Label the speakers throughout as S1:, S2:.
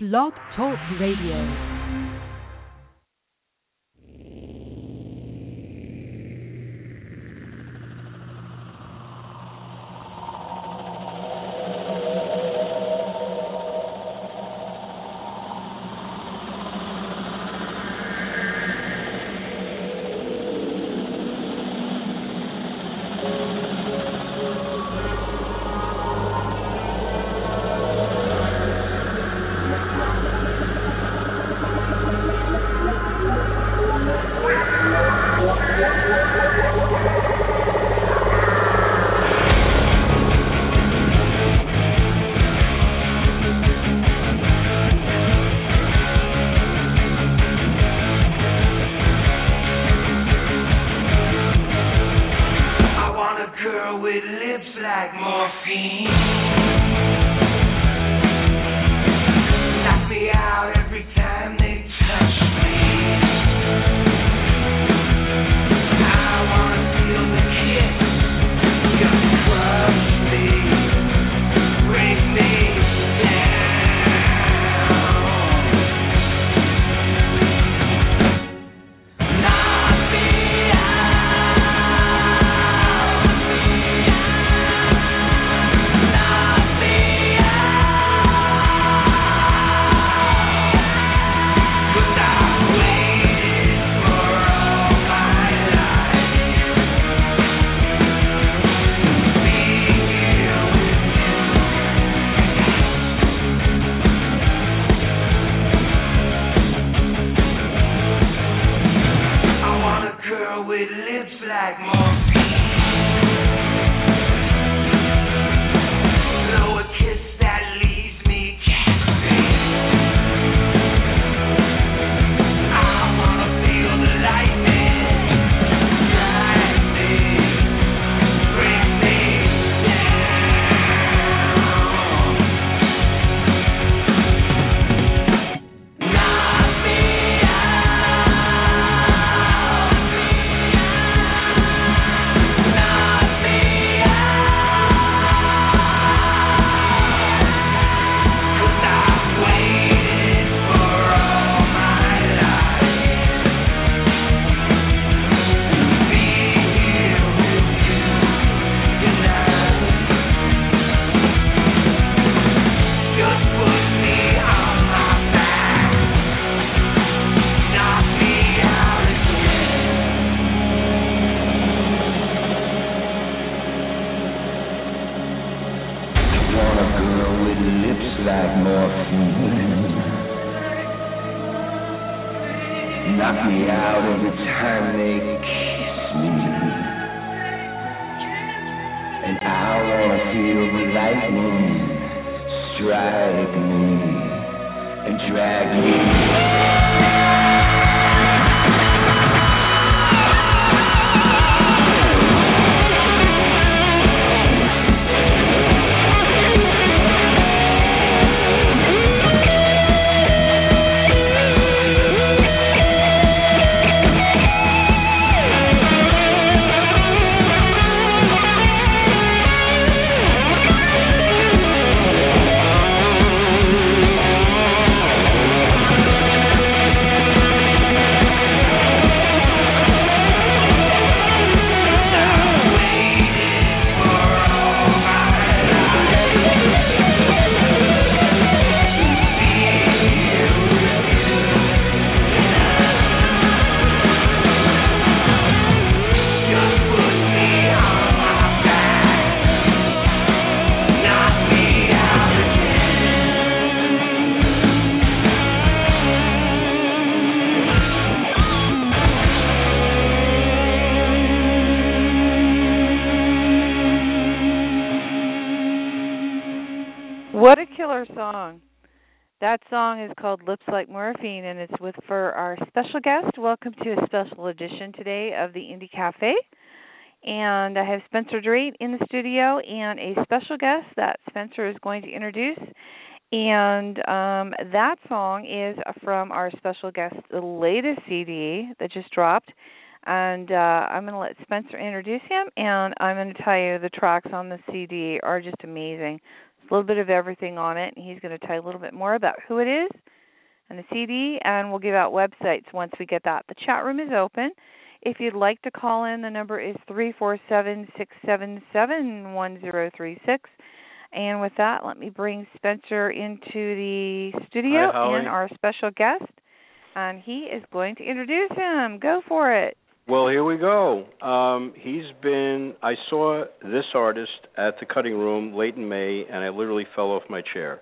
S1: Blog Talk Radio.
S2: I want a girl with lips like morphine. Knock me out every time they touch me. I want to feel the kiss. Just trust me. Break me down. Knock me With lips like morphine Blow a kiss that leaves me captivated I wanna feel the lightning, lightning, bring me down. Knock me out, knock me out, 'cause I've waited for all my life.
S3: want a girl with lips like morphine. Knock me out every time they kiss me. And I wanna feel the lightning strike me and drag me.
S4: What a killer song. That song is called Lips Like Morphine and it's with for our special guest. Welcome to a special edition today of the Indie Cafe. And I have Spencer Drake in the studio and a special guest that Spencer is going to introduce. And um, that song is from our special guest, the latest CD that just dropped. And uh, I'm going to let Spencer introduce him, and I'm going to tell you the tracks on the CD are just amazing a little bit of everything on it, and he's going to tell you a little bit more about who it is and the CD, and we'll give out websites once we get that. The chat room is open. If you'd like to call in, the number is three four seven six seven seven one zero three six. And with that, let me bring Spencer into the studio
S5: Hi, Holly.
S4: and our special guest, and he is going to introduce him. Go for it.
S5: Well, here we go. Um, he's been. I saw this artist at the cutting room late in May, and I literally fell off my chair.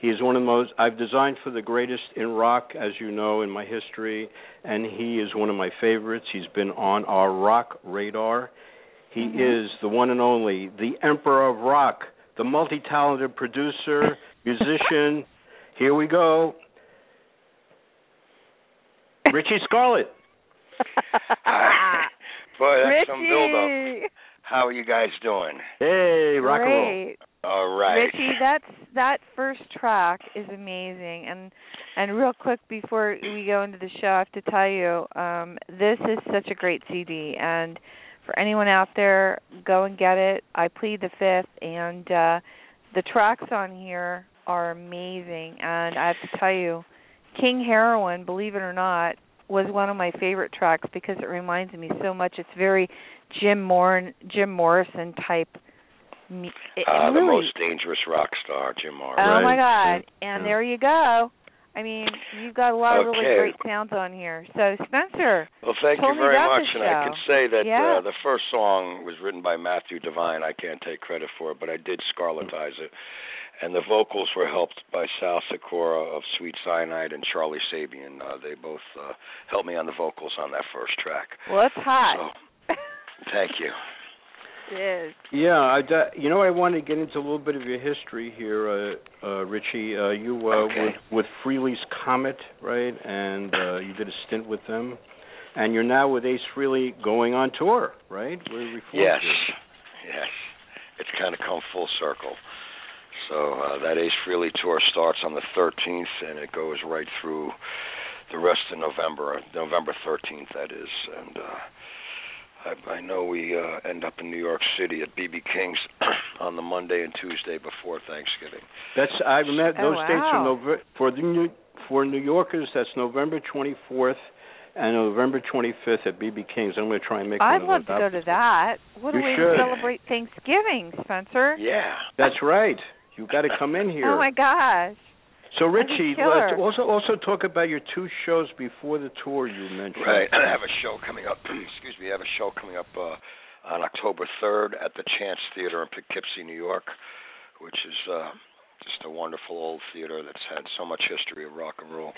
S5: He is one of the most. I've designed for the greatest in rock, as you know, in my history, and he is one of my favorites. He's been on our rock radar. He is the one and only, the Emperor of Rock, the multi-talented producer, musician. Here we go, Richie Scarlett.
S3: Boy, that's
S4: Richie.
S3: some build-up. How are you guys doing?
S5: Hey, rock and roll.
S4: Great.
S3: All right.
S4: Richie, that's that first track is amazing. And and real quick before we go into the show, I have to tell you, um, this is such a great CD. And for anyone out there, go and get it. I plead the fifth. And uh, the tracks on here are amazing. And I have to tell you, King Heroin, believe it or not, was one of my favorite tracks because it reminds me so much. It's very Jim Morn, Jim Morrison type. mu- It
S3: uh, the
S4: really
S3: most dangerous rock star, Jim
S4: Oh
S3: Morrison.
S4: my
S5: Right.
S4: God! And
S5: Yeah.
S4: there you go. I mean, you've got a lot of
S3: Okay.
S4: really great sounds on here. So Spencer,
S3: Well, thank
S4: Told
S3: you
S4: me
S3: very
S4: about
S3: much.
S4: this
S3: And I
S4: show.
S3: can say that
S4: Yeah.
S3: uh, the first song was written by Matthew Devine. I can't take credit for it, but I did scarlatize it. And the vocals were helped by Sal Sikora of Sweet Cyanide and Charlie Sabian. Uh, they both uh, helped me on the vocals on that first track.
S4: well, it's hot.
S5: Oh.
S3: So, thank you.
S4: it is.
S5: Yeah, I, da- you know, I want to get into a little bit of your history here, uh, uh, Richie. Uh, you uh,
S3: Okay.
S5: with, with Freely's Comet, right? And uh, you did a stint with them, and you're now with Ace Freely going on tour, right? Where we formed
S3: Yes,
S5: you.
S3: yes. It's kind of come full circle. So uh, that Ace Frehley tour starts on the 13th, and it goes right through the rest of November, November 13th, that is. And uh, I, I know we uh, end up in New York City at BB King's on the Monday and Tuesday before Thanksgiving.
S5: That's I remember
S4: Oh,
S5: those dates are
S4: wow.
S5: Nove- for the New for New Yorkers. That's November 24th and November 25th at BB King's. I'm going to try and make.
S4: I'd
S5: one
S4: love
S5: of
S4: to
S5: those
S4: go to that. What a
S5: You
S4: way
S5: should.
S4: to celebrate Thanksgiving, Spencer.
S3: Yeah.
S5: That's right. You got to come in here.
S4: Oh my gosh! That's
S5: So
S4: a
S5: Richie,
S4: killer.
S5: let's also also talk about your two shows before the tour you mentioned.
S3: Right. I have a show coming up. excuse me. I have a show coming up uh, on October 3rd at the Chance Theater in Poughkeepsie, New York, which is uh, just a wonderful old theater that's had so much history of rock and roll.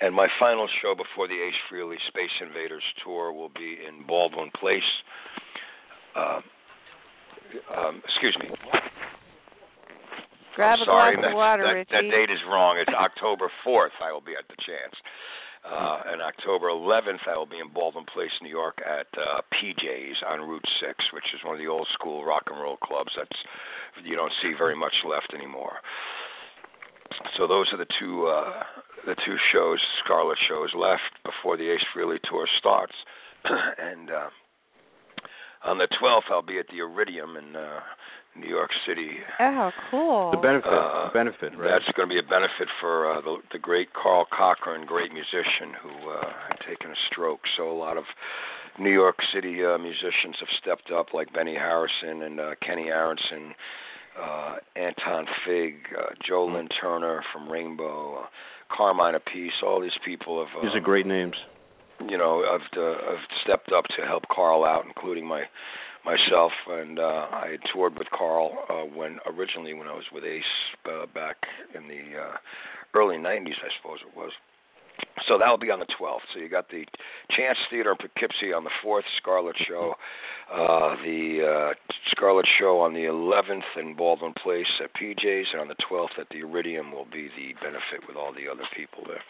S3: And my final show before the Ace Frehley Space Invaders tour will be in Baldwin Place. Uh, um, excuse me.
S4: Grab a
S3: I'm sorry,
S4: glass
S3: that,
S4: of water,
S3: that,
S4: Richie.
S3: that date is wrong. It's October 4th. I will be at the Chance. Uh, and October 11th, I will be in Baldwin Place, New York, at uh, PJ's on Route 6, which is one of the old school rock and roll clubs that's you don't see very much left anymore. So those are the two uh, the two shows, Scarlet shows left before the Ace Frehley tour starts, and uh, on the 12th, I'll be at the Iridium in uh, New York City.
S4: oh, how cool!
S5: The benefit,
S3: Uh,
S5: the benefit, right?
S3: That's going to be a benefit for uh, the, the great Carl Cochran, great musician who uh, had taken a stroke. So a lot of New York City uh, musicians have stepped up, like Benny Harrison and uh, Kenny Aronson, uh, Anton Fig, uh, Joe
S5: Mm-hmm.
S3: Lynn Turner from Rainbow, uh, Carmine Apiece. All these people have. Uh,
S5: These are great names.
S3: you know I've uh, I've stepped up to help Carl out, including my myself, and uh, I had toured with Carl uh, when originally when I was with Ace uh, back in the uh, early '90s, I suppose it was. So that'll be on the 12th. So you got the Chance Theater in Poughkeepsie on the 4th, Scarlet Show, uh, the uh, Scarlet Show on the 11th in Baldwin Place at PJ's, and on the 12th at the Iridium will be the benefit with all the other people there.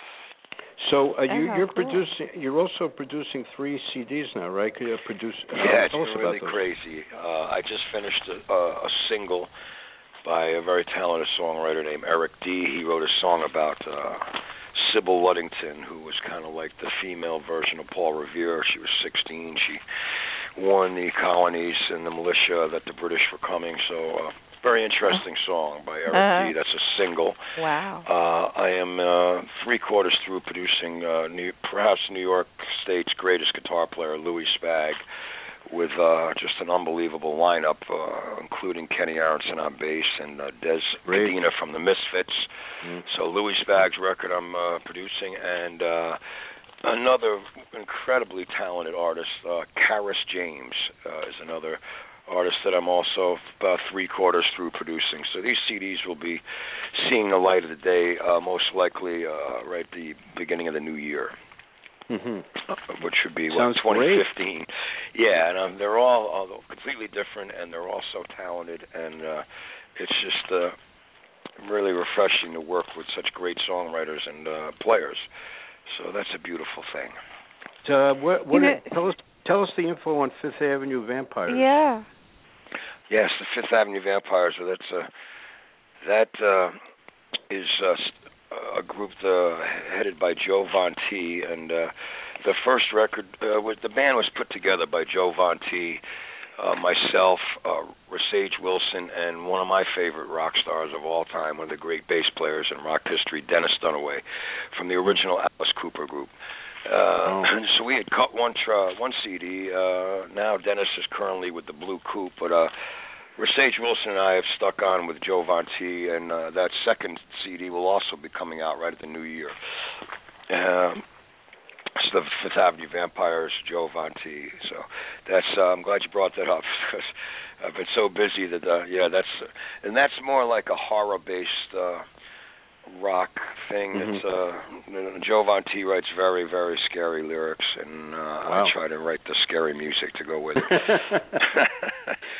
S5: So uh,
S4: Uh-huh.
S5: you,
S4: Yeah,
S5: you're
S4: cool.
S5: producing. You're also producing three CDs now, right? Could you produce? Uh,
S3: Yeah, it's
S5: tell us
S3: been really
S5: about those.
S3: crazy. Uh, I just finished a, a, a single by a very talented songwriter named Eric D. He wrote a song about uh, Sybil Luddington, who was kind of like the female version of Paul Revere. She was 16. She warned the colonies and the militia that the British were coming. So uh, Very interesting song by Eric
S4: Uh-huh.
S3: D. That's a single.
S4: Wow.
S3: Uh, I am uh, three quarters through producing uh, New, perhaps New York State's greatest guitar player, Louis Spag, with uh, just an unbelievable lineup, uh, including Kenny Aronson on bass and uh, Des
S5: Great.
S3: Medina from the Misfits.
S5: Mm-hmm.
S3: So Louis Spag's record I'm uh, producing, and uh, another incredibly talented artist, uh, Karis James, uh, is another artist that I'm also about three quarters through producing. So these CDs will be seeing the light of the day, uh, most likely uh, right at the beginning of the new year,
S5: hmm
S3: which should be
S5: Sounds
S3: what,
S5: great.
S3: 2015. Yeah, and um, they're all uh, completely different, and they're all so talented, and uh, it's just uh, really refreshing to work with such great songwriters and uh, players. So that's a beautiful thing.
S5: Uh, what,
S4: You
S5: what,
S4: know-
S5: tell us tell us the info on Fifth Avenue Vampires.
S4: Yeah.
S3: Yes, the Fifth Avenue Vampires. So that's uh, that uh, is uh, s- a group uh, headed by Joe Von T. And uh, the first record uh, was the band was put together by Joe Von T. Uh, myself, uh, Sage Wilson, and one of my favorite rock stars of all time, one of the great bass players in rock history, Dennis Dunaway, from the original Alice Cooper group. Uh, So we had cut one tra- one CD. Uh, now Dennis is currently with the Blue Coupe, but uh, Sage Wilson and I have stuck on with Joe Von T, and uh, that second CD will also be coming out right at the new year. Um, it's the Fifth Avenue Vampires, Joe Von T. So that's uh, I'm glad you brought that up because I've been so busy that uh, yeah, that's and that's more like a horror-based uh, rock thing.
S5: Mhm.
S3: It's uh, Joe Von T. writes very very scary lyrics, and uh,
S5: Wow.
S3: I try to write the scary music to go with it.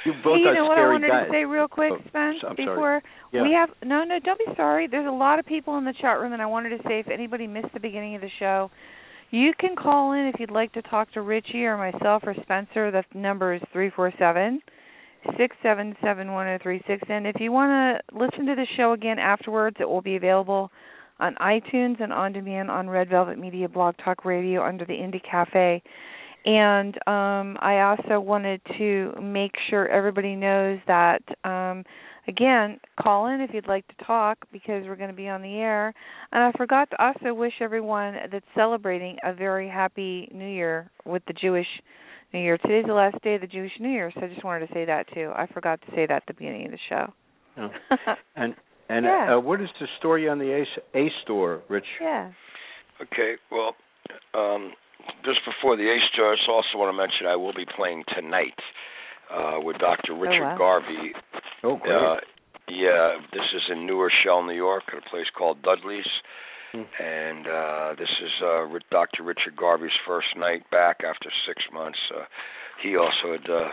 S5: you both
S4: Hey, you
S5: are
S4: know what I
S5: scary
S4: wanted
S5: guys.
S4: to say real quick,
S5: Oh,
S4: Sven?
S5: so- I'm sorry.
S4: before
S5: Yeah.
S4: we have no, no, don't be sorry. There's a lot of people in the chat room, and I wanted to say if anybody missed the beginning of the show, you can call in if you'd like to talk to Richie or myself or Spencer. The number is three four seven six seven seven one zero three six. And if you want to listen to the show again afterwards, it will be available on iTunes and on demand on Red Velvet Media Blog Talk Radio under the Indie Cafe. And um, I also wanted to make sure everybody knows that, um, again, call in if you'd like to talk because we're going to be on the air. And I forgot to also wish everyone that's celebrating a very happy New Year with the Jewish New Year. Today's the last day of the Jewish New Year, so I just wanted to say that too. I forgot to say that at the beginning of the show.
S5: Yeah. And and
S4: Yeah.
S5: uh, what is the story on the A, a store, Rich?
S4: yeah.
S3: Okay, well, um, just before the Ace Tour, I just also want to mention I will be playing tonight uh, with Dr. Richard
S4: wow.
S3: Garvey.
S5: Oh, great.
S3: Uh, yeah, this is in New Rochelle, New York, at a place called Dudley's.
S5: Hmm.
S3: And uh, this is uh, Ri- Dr. Richard Garvey's first night back after six months. Uh, he also had uh,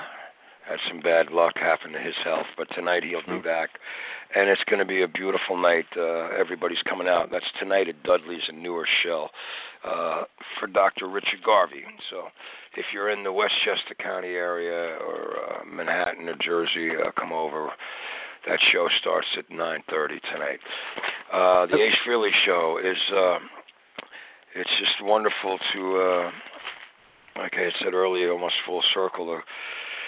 S3: had some bad luck happen to his health, but tonight he'll be
S5: Hmm.
S3: back, and it's going to be a beautiful night. Uh, everybody's coming out. That's tonight at Dudley's in New Rochelle uh, for Dr. Richard Garvey. So, if you're in the Westchester County area or uh, Manhattan, New Jersey, uh, come over. That show starts at 9:30 tonight. Uh, the Ace Frehley show is uh, it's just wonderful to uh, like I said earlier, almost full circle. To,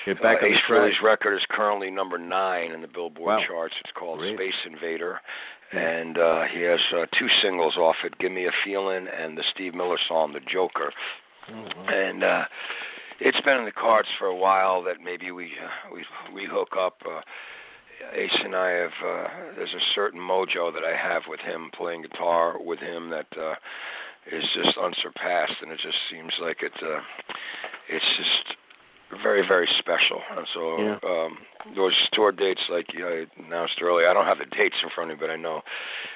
S5: Get back
S3: uh,
S5: on
S3: Ace
S5: the track.
S3: Frehley's record is currently number nine in the Billboard
S5: Wow.
S3: charts. It's called
S5: Great.
S3: Space Invader,
S5: Yeah.
S3: and uh, he has uh, two singles off it: "Give Me a Feelin'" and the Steve Miller song "The Joker."
S5: Oh, wow.
S3: And uh, it's been in the cards for a while that maybe we uh, we we hook up. Uh, Ace and I have uh, there's a certain mojo that I have with him playing guitar with him that uh, is just unsurpassed, and it just seems like it uh, it's just very very special. And so
S5: Yeah.
S3: um, those tour dates, like I announced earlier, I don't have the dates in front of me, but I know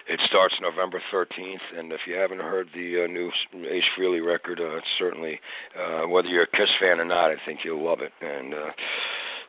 S3: it starts November 13th. And if you haven't heard the uh, new Ace Frehley record, uh, it's certainly uh, whether you're a Kiss fan or not, I think you'll love it. And uh,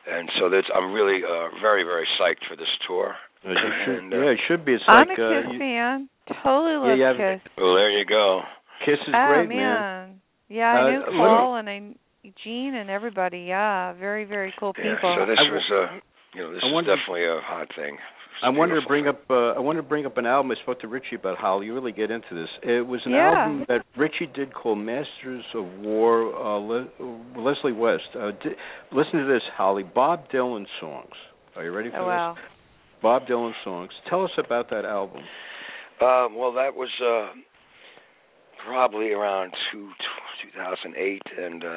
S3: and so that's I'm really uh, very very psyched for this tour.
S5: Uh, you should-
S3: and, uh,
S5: yeah, it should be. It's
S4: I'm a
S5: like uh,
S4: Kiss
S5: you-
S4: fan. Totally
S5: Yeah,
S4: love
S5: you have-
S4: Kiss.
S3: Well, there you go.
S5: Kiss is
S4: oh,
S5: great,
S4: man.
S5: man.
S4: Yeah, I
S5: Uh,
S4: knew
S5: literally-
S4: Paul and I, kn- Gene and everybody. Yeah, very very cool people.
S3: Yeah, so this
S5: I w-
S3: was a you know this
S5: I
S3: is
S5: wonder-
S3: definitely a hot thing. It's
S5: I wanted to
S3: beautiful.
S5: bring up. Uh, I wanted to bring up an album. I spoke to Richie about how you really get into this. It was an
S4: Yeah.
S5: album that Richie did called "Masters of War." Uh, Le- uh, Leslie West. Uh, di- listen to this, Holly. Bob Dylan songs. Are you ready for
S4: oh
S5: this?
S4: wow.
S5: Bob Dylan songs. Tell us about that album.
S3: Um, well, that was uh, probably around two, 2008, and uh,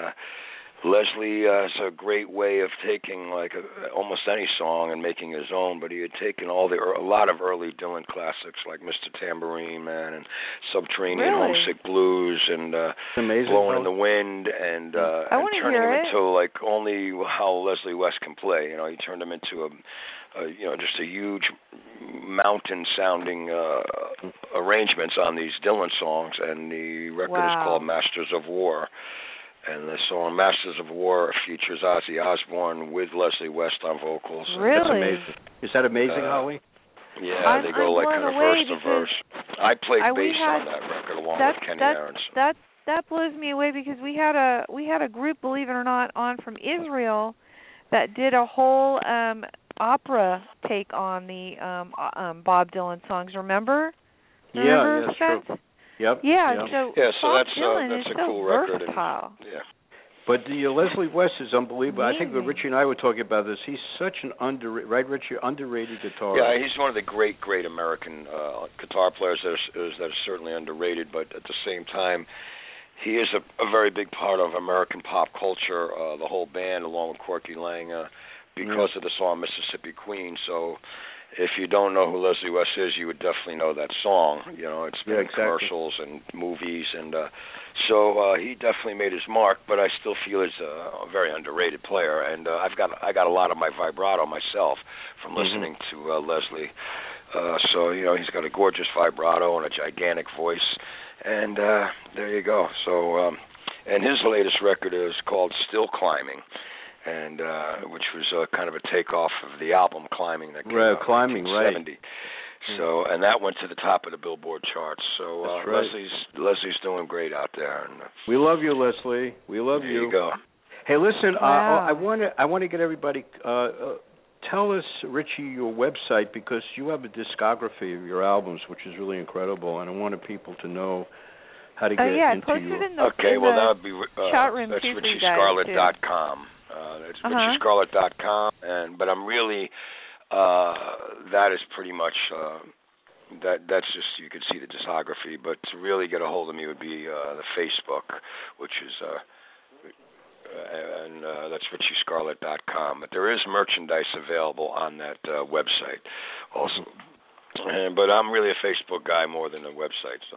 S3: Leslie uh, has a great way of taking like a, almost any song and making his own. But he had taken all the a lot of early Dylan classics like Mr. Tambourine Man and Subterranean
S4: Really?
S3: Homesick Blues and uh,
S5: It's amazing.
S3: blowing
S5: how-
S3: in the wind and uh
S4: Hmm. I
S3: and
S4: wanna
S3: turning
S4: hear
S3: him
S4: it.
S3: into like only how Leslie West can play. You know, he turned him into a, a you know just a huge mountain sounding uh arrangements on these Dylan songs and the record
S4: Wow.
S3: is called Masters of War. And the song Masters of War features Ozzy Osbourne with Leslie West on vocals.
S5: That's
S3: And,
S4: Really?
S5: amazing. Is that amazing,
S3: Uh,
S5: Holly?
S3: Yeah,
S4: I'm-
S3: they go
S4: I'm
S3: like
S4: blown
S3: kind of
S4: away
S3: verse to
S4: because
S3: verse. I played
S4: I- we
S3: bass
S4: had-
S3: on that record along
S4: that's-
S3: with Kenny
S4: that's-
S3: Aronson.
S4: that that blows me away because we had a we had a group believe it or not on from Israel that did a whole um opera take on the um o- um Bob Dylan songs remember?
S5: Yeah,
S4: remember
S5: yeah, it's
S4: Spence?
S5: true. Yep.
S4: Mm-hmm. Yeah,
S5: yep.
S4: so
S3: Yeah, so
S4: Bob
S3: that's, uh,
S4: Dylan
S3: that's
S4: is
S3: a
S4: so
S3: cool record and-
S4: versatile.
S3: Yeah.
S5: But the, uh, Leslie West is unbelievable. I think that
S4: Amazing.
S5: Richie and I were talking about this. He's such an underrated, right, Richie? Underrated guitarist.
S3: Yeah, he's one of the great, great American uh, guitar players that is, is that is certainly underrated. But at the same time, he is a, a very big part of American pop culture. Uh, the whole band, along with Corky Lang, uh, because
S5: Mm-hmm.
S3: of the song Mississippi Queen. So, if you don't know who Leslie West is, you would definitely know that song. You know, it's been
S5: Yeah,
S3: in
S5: exactly.
S3: commercials and movies, and uh, so uh, he definitely made his mark. But I still feel he's a, a very underrated player, and uh, I've got I got a lot of my vibrato myself from
S5: Mhm.
S3: listening to uh, Leslie. Uh, so you know, he's got a gorgeous vibrato and a gigantic voice, and uh, there you go. So, um, and his latest record is called Still Climbing. And uh, which was uh, kind of a takeoff of the album Climbing that came
S5: Right,
S3: out in
S5: Climbing, right.
S3: 1970. So and that went to the top of the Billboard charts. So uh,
S5: That's right.
S3: Leslie's Leslie's doing great out there. And uh,
S5: We love you, Leslie. We love
S3: there you. go.
S5: Hey, listen,
S4: Wow.
S5: uh, I want to I want to get everybody. Uh, uh, tell us, Richie, your website because you have a discography of your albums, which is really incredible, and I wanted people to know how to
S4: Oh
S5: get
S4: yeah, I
S5: into
S4: posted
S5: your.
S4: in the
S3: Okay,
S4: in
S3: well
S4: the-
S3: that would be uh,
S4: chat room
S3: that's
S4: too for you guys, too.
S3: richyscarlett.com. Uh, that's
S4: Uh-huh.
S3: richyscarlett.com, and but I'm really uh, that is pretty much uh, that that's just you can see the discography. But to really get a hold of me would be uh, the Facebook, which is. Uh, uh, and uh, that's richyscarlett.com. But there is merchandise available on that uh, website, also. And, but I'm really a Facebook guy more than a website, so.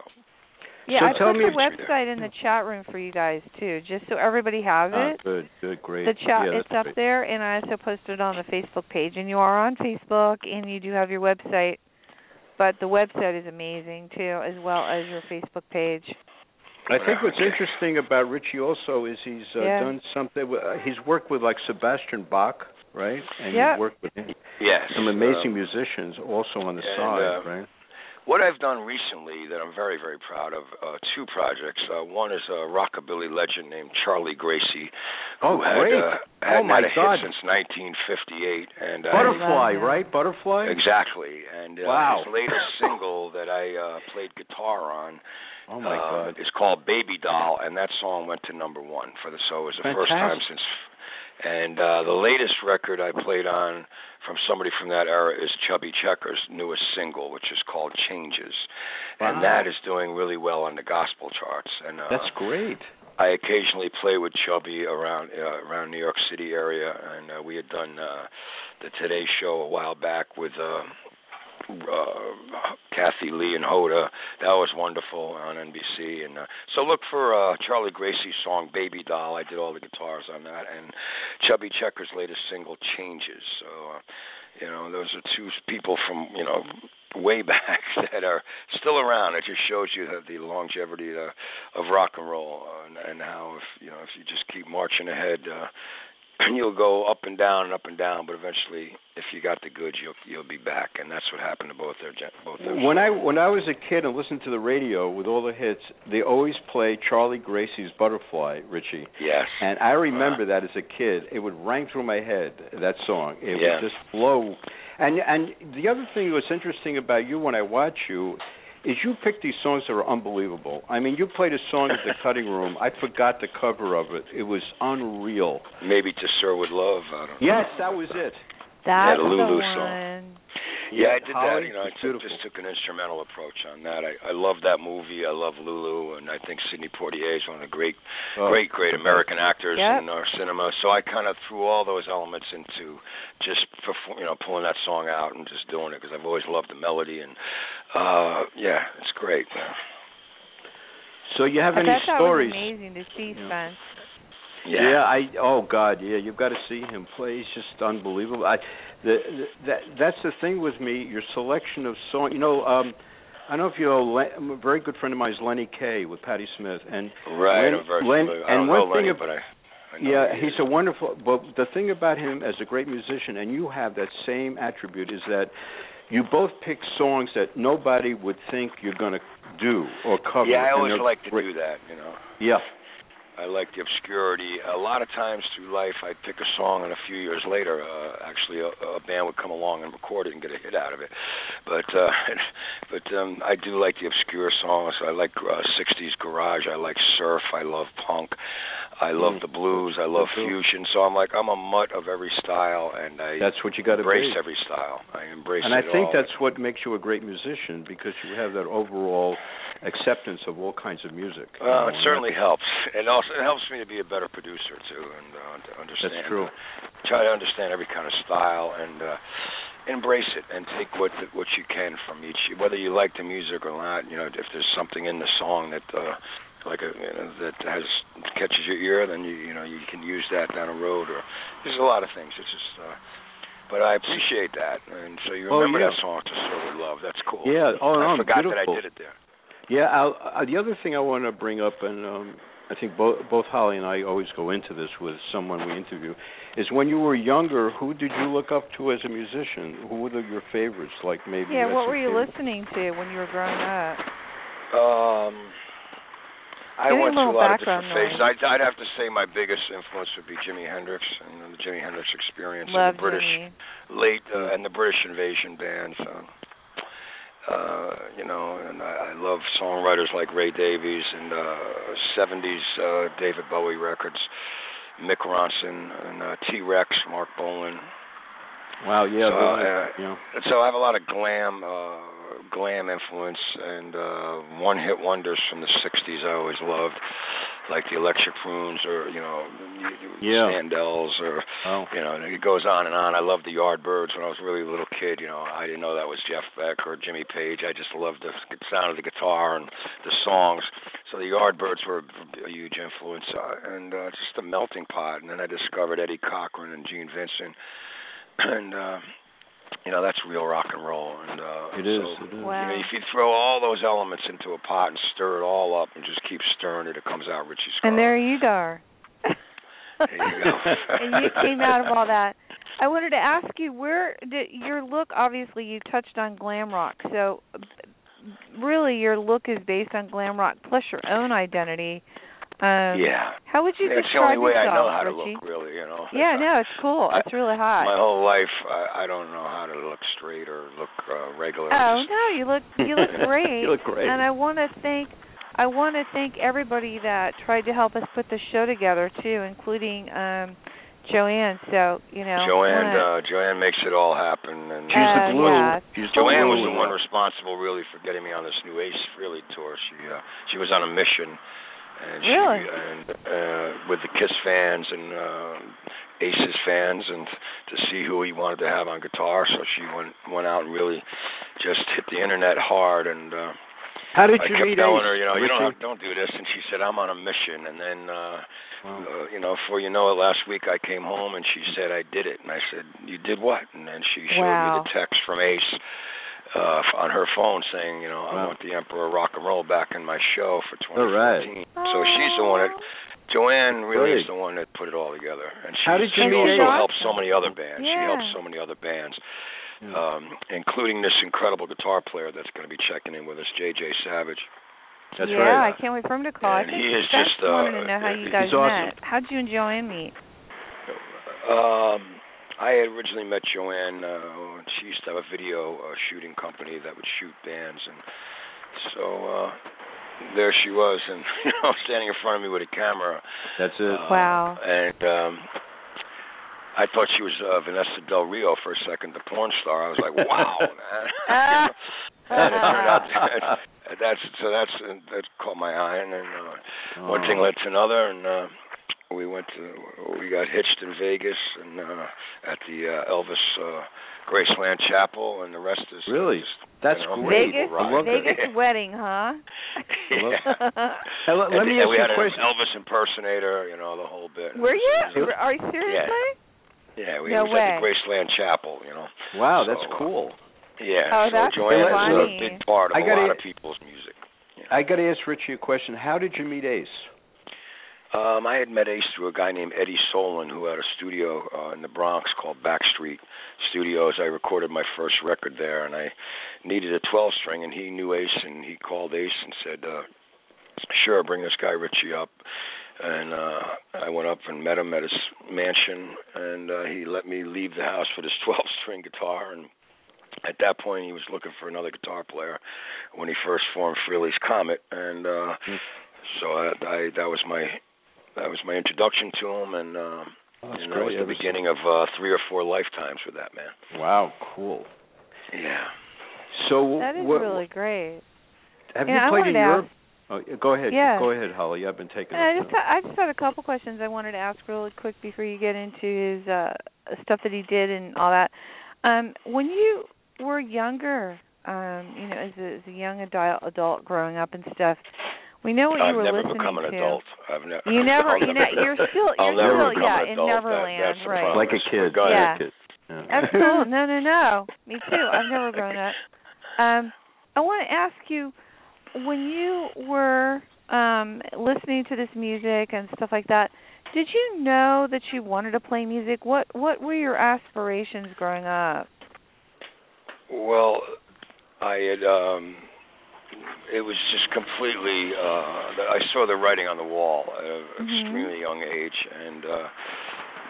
S4: Yeah,
S5: So
S4: I
S5: tell
S4: put
S5: me
S4: the
S5: if
S3: you-
S4: website in the chat room for you guys too, just so everybody has
S5: Ah,
S3: Uh,
S4: it.
S5: good, good, great.
S4: The chat
S5: yeah,
S4: it's
S5: that's
S4: up
S5: great.
S4: there, and I also posted it on the Facebook page. And you are on Facebook, and you do have your website, but the website is amazing too, as well as your Facebook page.
S5: I think what's
S3: Okay.
S5: interesting about Richie also is he's uh,
S4: Yeah.
S5: done something. With, uh, he's worked with like Sebastian Bach, right? And
S4: Yeah.
S5: he's worked with him-
S3: Yes.
S5: some
S3: uh,
S5: amazing musicians also on the
S3: and,
S5: side,
S3: uh,
S5: right?
S3: What I've done recently that I'm very, very proud of, uh, two projects. Uh, one is a rockabilly legend named Charlie Gracie,
S5: Oh,
S3: who had,
S5: great!
S3: uh,
S5: oh
S3: hadn't
S5: my
S3: had a
S5: God!
S3: hit since 1958. And I-
S5: Butterfly,
S4: Wow.
S5: right? Butterfly.
S3: exactly. And uh,
S5: Wow.
S3: his latest single that I uh, played guitar on
S5: Oh my
S3: um,
S5: God!
S3: It's called Baby Doll, and that song went to number one for the so it was the first time
S5: Fantastic.
S3: since. And uh, the latest record I played on from somebody from that era is Chubby Checker's newest single, which is called Changes,
S5: Wow.
S3: and that is doing really well on the gospel charts. And uh,
S5: That's great.
S3: I occasionally play with Chubby around uh, around New York City area, and uh, we had done uh, the Today Show a while back with uh, uh, Kathy Lee and Hoda. That was wonderful on NBC. And uh, so look for uh, Charlie Gracie's song "Baby Doll." I did all the guitars on that, and Chubby Checker's latest single "Changes." So. Uh, you know, those are two people from you know way back that are still around. It just shows you that the longevity uh, of rock and roll uh, and, and how if you know if you just keep marching ahead, uh, you'll go up and down and up and down. But eventually, if you got the goods, you'll you'll be back, and that's what happened to both their gen- both their.
S5: When I when I was a kid and listened to the radio with all the hits, they always play Charlie Gracie's Butterfly, Richie.
S3: yes,
S5: And I remember that as a kid, it would rang through my head that song. It
S3: Yeah.
S5: would just flow. And and the other thing that's interesting about you when I watch you is you pick these songs that are unbelievable. I mean, you played a song at the cutting room. I forgot the cover of it. It was unreal.
S3: maybe to Sir with Love. I don't know.
S5: Yes, that was it.
S4: That's
S3: the Lulu
S4: the
S3: song.
S4: one.
S3: Yeah,
S5: With
S3: I did
S5: Holly,
S3: that. You know, I
S5: it's
S3: took,
S5: beautiful.
S3: just took an instrumental approach on that. I, I love that movie. I love Lulu, and I think Sidney Poitier is one of the great,
S5: Oh.
S3: great, great American actors
S4: Yep.
S3: in our cinema. So I kind of threw all those elements into just perform, you know pulling that song out and just doing it because I've always loved the melody and uh yeah, it's great.
S5: So you have
S4: I
S5: any
S4: thought that
S5: stories?
S4: was amazing to see,
S5: Yeah.
S4: Spence.
S5: Yeah. I oh god, yeah, you've got to see him play. He's just unbelievable. I the, the that that's the thing with me, your selection of song. You know, um I don't know if you know Le- a very good friend of mine is Lenny Kaye with Patti Smith and
S3: Right,
S5: Len-
S3: I'm very
S5: Len-
S3: familiar. I
S5: and
S3: don't
S5: one
S3: know
S5: thing
S3: Lenny,
S5: ab-
S3: but I, I know
S5: yeah,
S3: who he
S5: he's
S3: is.
S5: a wonderful. But the thing about him as a great musician, and you have that same attribute, is that you both pick songs that nobody would think you're going to do or cover.
S3: Yeah, I
S5: and
S3: always
S5: they're
S3: like to
S5: great.
S3: do that. You know.
S5: Yeah,
S3: I like the obscurity. A lot of times through life, I'd pick a song, and a few years later, uh, actually, a, a band would come along and record it and get a hit out of it. But uh, but um, I do like the obscure songs. I like uh, '60s garage. I like surf. I love punk. I love
S5: Mm.
S3: the blues. I love
S5: too.
S3: fusion. So I'm like I'm a mutt of every style, and I
S5: that's what you got to be.
S3: embrace every style. I embrace.
S5: And I
S3: it
S5: think
S3: all.
S5: that's what makes you a great musician because you have that overall acceptance of all kinds of music.
S3: Well, it certainly helps, and also it helps me to be a better producer too, and uh, to understand.
S5: true.
S3: Try to understand every kind of style and uh, embrace it, and take what what you can from each. Whether you like the music or not, you know, if there's something in the song that. Uh, like a you know, that has catches your ear, then you you know you can use that down the road, or there's a lot of things. It's just, uh, but I appreciate that, and so you
S5: Oh,
S3: remember
S5: yeah.
S3: that song to serve with love. That's cool.
S5: Yeah, oh,
S3: I
S5: no,
S3: forgot that I
S5: beautiful.
S3: did it there.
S5: Yeah. I'll, uh, the other thing I want to bring up, and um, I think both both Holly and I always go into this with someone we interview, is when you were younger, who did you look up to as a musician? Who were the, your favorites? Like maybe.
S4: Yeah,
S5: that's
S4: what
S5: your
S4: were you
S5: favorite-
S4: listening to when you were growing up?
S3: Um,
S4: Give
S3: I
S4: me a
S3: went through a
S4: little
S3: lot of
S4: background
S3: different phases.
S4: noise.
S3: I'd, I'd have to say my biggest influence would be Jimi Hendrix and the Jimi Hendrix Experience,
S4: Love
S3: and the British
S4: Jimmy.
S3: late uh, and the British Invasion bands. Um, uh, you know, and I, I love songwriters like Ray Davies and uh, 70s uh, David Bowie records, Mick Ronson and uh, T Rex, Mark Bolan.
S5: Wow. Yeah.
S3: So,
S5: those- yeah.
S3: And so I have a lot of glam uh glam influence and uh one hit wonders from the sixties I always loved. Like the electric prunes or, you know,
S5: Yeah.
S3: Standells or
S5: Oh.
S3: you know, and it goes on and on. I loved the Yardbirds when I was really a little kid. You know, I didn't know that was Jeff Beck or Jimmy Page. I just loved the sound of the guitar and the songs. So the Yardbirds were a huge influence, uh, and uh, just a melting pot. And then I discovered Eddie Cochran and Gene Vincent, and uh, you know that's real rock and roll. And uh,
S5: It is.
S3: So,
S5: it is.
S4: Wow.
S3: you know, if you throw all those elements into a pot and stir it all up and just keep stirring it, it comes out Richie Scarlett.
S4: And there you are.
S3: There you go.
S4: and you came out of all that. I wanted to ask you where did your look obviously you touched on glam rock. So really your look is based on glam rock plus your own identity. Um
S3: yeah.
S4: How would you
S3: That's the
S4: describe
S3: only way I
S4: yourself,
S3: know how to
S4: Richie?
S3: look, really. You know.
S4: Yeah, no, it's cool. It's really hot.
S3: My whole life, I, I don't know how to look straight or look uh, regular.
S4: Oh
S3: Just-
S4: no, you look you look great.
S5: You look great.
S4: And I want to thank I want to thank everybody that tried to help us put the show together too, including um Joanne. So you know,
S3: Joanne,
S4: wanna-
S3: uh, Joanne makes it all happen, and
S5: She's
S4: Uh,
S5: the glue.
S4: yeah.
S5: She's the
S3: Joanne was
S5: glue.
S3: the one responsible, really, for getting me on this new Ace Frehley tour. She uh, she was on a mission, and she
S4: Really?
S3: and uh, with the Kiss fans and uh, Ace's fans, and to see who he wanted to have on guitar. So she went went out and really just hit the internet hard, and uh,
S5: How did
S3: I
S5: you
S3: kept
S5: meet
S3: telling
S5: Ace?
S3: her, you know, you don't
S5: Richie?
S3: have, don't do this, and she said, I'm on a mission, and then. uh
S5: Wow.
S3: uh, you know, before you know it, last week I came home and she said I did it, and I said you did what? And then she showed
S4: Wow.
S3: me the text from Ace uh f- on her phone saying, you know,
S5: Wow.
S3: I want the Emperor Rock and Roll back in my show for
S5: All right.
S3: 2014. uh, So she's the one that Joanne really is
S5: Great.
S3: the one that put it all together, and she
S5: How did you
S3: she
S5: meet
S3: also
S5: Ace?
S3: helped so many other bands. She
S4: Yeah.
S3: helped so many other bands
S5: Yeah.
S3: um, including this incredible guitar player that's going to be checking in with us, JJ Savage.
S5: That's
S4: yeah,
S5: right.
S4: I can't wait for him to call. I
S3: And
S4: think
S3: he is
S4: Spence
S3: just, uh,
S4: wanted to know how you
S3: he's
S4: guys
S5: awesome.
S4: met. How'd you and Joanne meet?
S3: Um, I had originally met Joanne. Uh, when she used to have a video uh, shooting company that would shoot bands, and so uh, there she was, and you know, standing in front of me with a camera.
S5: That's it.
S3: Uh,
S4: Wow.
S3: And um I thought she was uh, Vanessa Del Rio for a second, the porn star. I was like, wow. man. and it turned out that, that's so that's that caught my eye, and then uh, one
S5: Oh,
S4: Oh.
S3: thing led to another, and uh, we went to we got hitched in Vegas and uh, at the uh, Elvis uh, Graceland Chapel, and the rest is uh,
S5: Really?
S3: Just,
S5: That's
S3: you know,
S5: great.
S4: Vegas,
S5: I love that.
S4: Vegas wedding, huh?
S3: Yeah.
S5: Hey, let, let
S3: and,
S5: me ask
S3: and we
S5: you a
S3: had an
S5: question.
S3: Elvis impersonator, you know, the whole bit.
S4: Were you?
S3: It was-
S4: Are you seriously?
S3: Yeah, we
S4: No
S3: it was at the
S4: way.
S3: Graceland Chapel, you know.
S5: Wow, that's
S3: So, uh,
S5: cool.
S3: Yeah,
S4: Oh,
S3: so
S4: that's
S3: Joanne's
S4: funny.
S3: a big part of
S5: I
S3: a
S5: gotta-
S3: lot of people's music.
S5: I got to ask Richie a question. How did you meet Ace?
S3: Um, I had met Ace through a guy named Eddie Solon who had a studio uh, in the Bronx called Backstreet Studios. I recorded my first record there, and I needed a 12 string, and he knew Ace, and he called Ace and said, uh, "Sure, bring this guy Richie up." And uh, I went up and met him at his mansion, and uh, he let me leave the house with his 12 string guitar. And at that point, he was looking for another guitar player when he first formed Freely's Comet, and uh,
S5: Hmm.
S3: so I, I that was my that was my introduction to him, and um, and that was the beginning of uh, three or four lifetimes with that man.
S5: Wow, cool.
S3: Yeah.
S5: So
S4: That is
S5: what,
S4: really great.
S5: have
S4: Yeah,
S5: you
S4: I
S5: played
S4: wanted
S5: in
S4: to
S5: Europe? Oh, yeah, go ahead.
S4: Yeah.
S5: Go ahead, Holly. I've been taking
S4: Yeah, Uh, I
S5: up
S4: just ha- I just had a couple questions I wanted to ask really quick before you get into his uh stuff that he did and all that. Um when you were younger, um you know as a, as a young adult, adult growing up and stuff, we know what
S3: I've
S4: you were
S3: never
S4: listening
S3: become an
S4: to.
S3: adult. I've never.
S4: You never,
S3: I'll
S4: you know, you're still,
S3: I'll
S4: you're
S3: never
S4: still,
S3: become
S4: yeah,
S3: an
S4: in
S3: adult. That-
S4: Neverland,
S3: that's the
S4: right?
S3: problem.
S5: like a kid.
S3: Go
S4: ahead.
S5: Like a kid. Yeah.
S4: Absolutely. No, no, no. Me too. I've never grown up. Um, I want to ask you when you were um listening to this music and stuff like that, did you know that you wanted to play music? What what were your aspirations growing up?
S3: Well, I had. um It was just completely. uh I saw the writing on the wall at an
S4: Mhm.
S3: extremely young age, and uh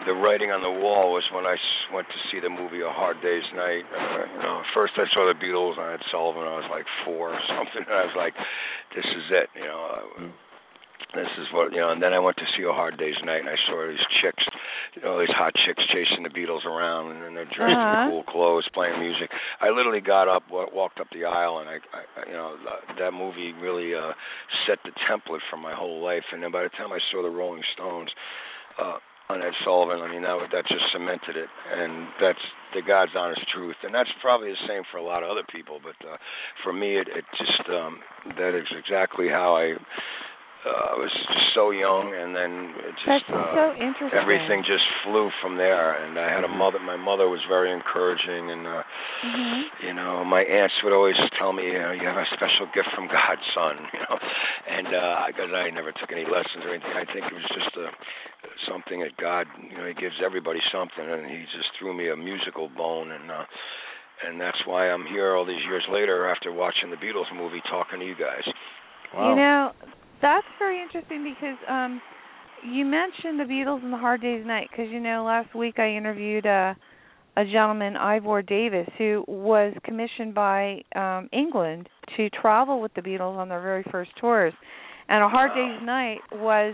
S3: the writing on the wall was when I s- went to see the movie A Hard Day's Night. Uh, you know, first I saw the Beatles and I had Sullivan. I was like four or something, and I was like, "This is it," you know. I, this is what you know. And then I went to see a Hard Day's Night, and I saw these chicks, you know, these hot chicks chasing the Beatles around, and, and they're dressed
S4: Uh-huh.
S3: in cool clothes, playing music. I literally got up, wa- walked up the aisle, and I, I I- you know, th- that movie really uh set the template for my whole life. And then by the time I saw the Rolling Stones. uh on Ed Sullivan, I mean that was- that just cemented it, and that's the God's honest truth, and that's probably the same for a lot of other people, but uh, for me, it, it just um, that is exactly how I uh, I was just so young, and then it
S4: That's
S3: just
S4: so
S3: uh,
S4: interesting.
S3: everything just flew from there. And I had a
S5: Mhm.
S3: mother. My mother was very encouraging, and uh,
S4: Mhm.
S3: you know, my aunts would always tell me, you know, you have a special gift from God, son. You know, and uh, I got I never took any lessons or anything. I think it was just a something that God, you know, He gives everybody something, and He just threw me a musical bone, and uh, and that's why I'm here all these years later after watching the Beatles movie, talking to you guys.
S5: Wow.
S4: You know, that's very interesting because um you mentioned the Beatles and the Hard Day's Night because you know last week I interviewed a a gentleman Ivor Davis who was commissioned by um England to travel with the Beatles on their very first tours. And a Hard Day's Night was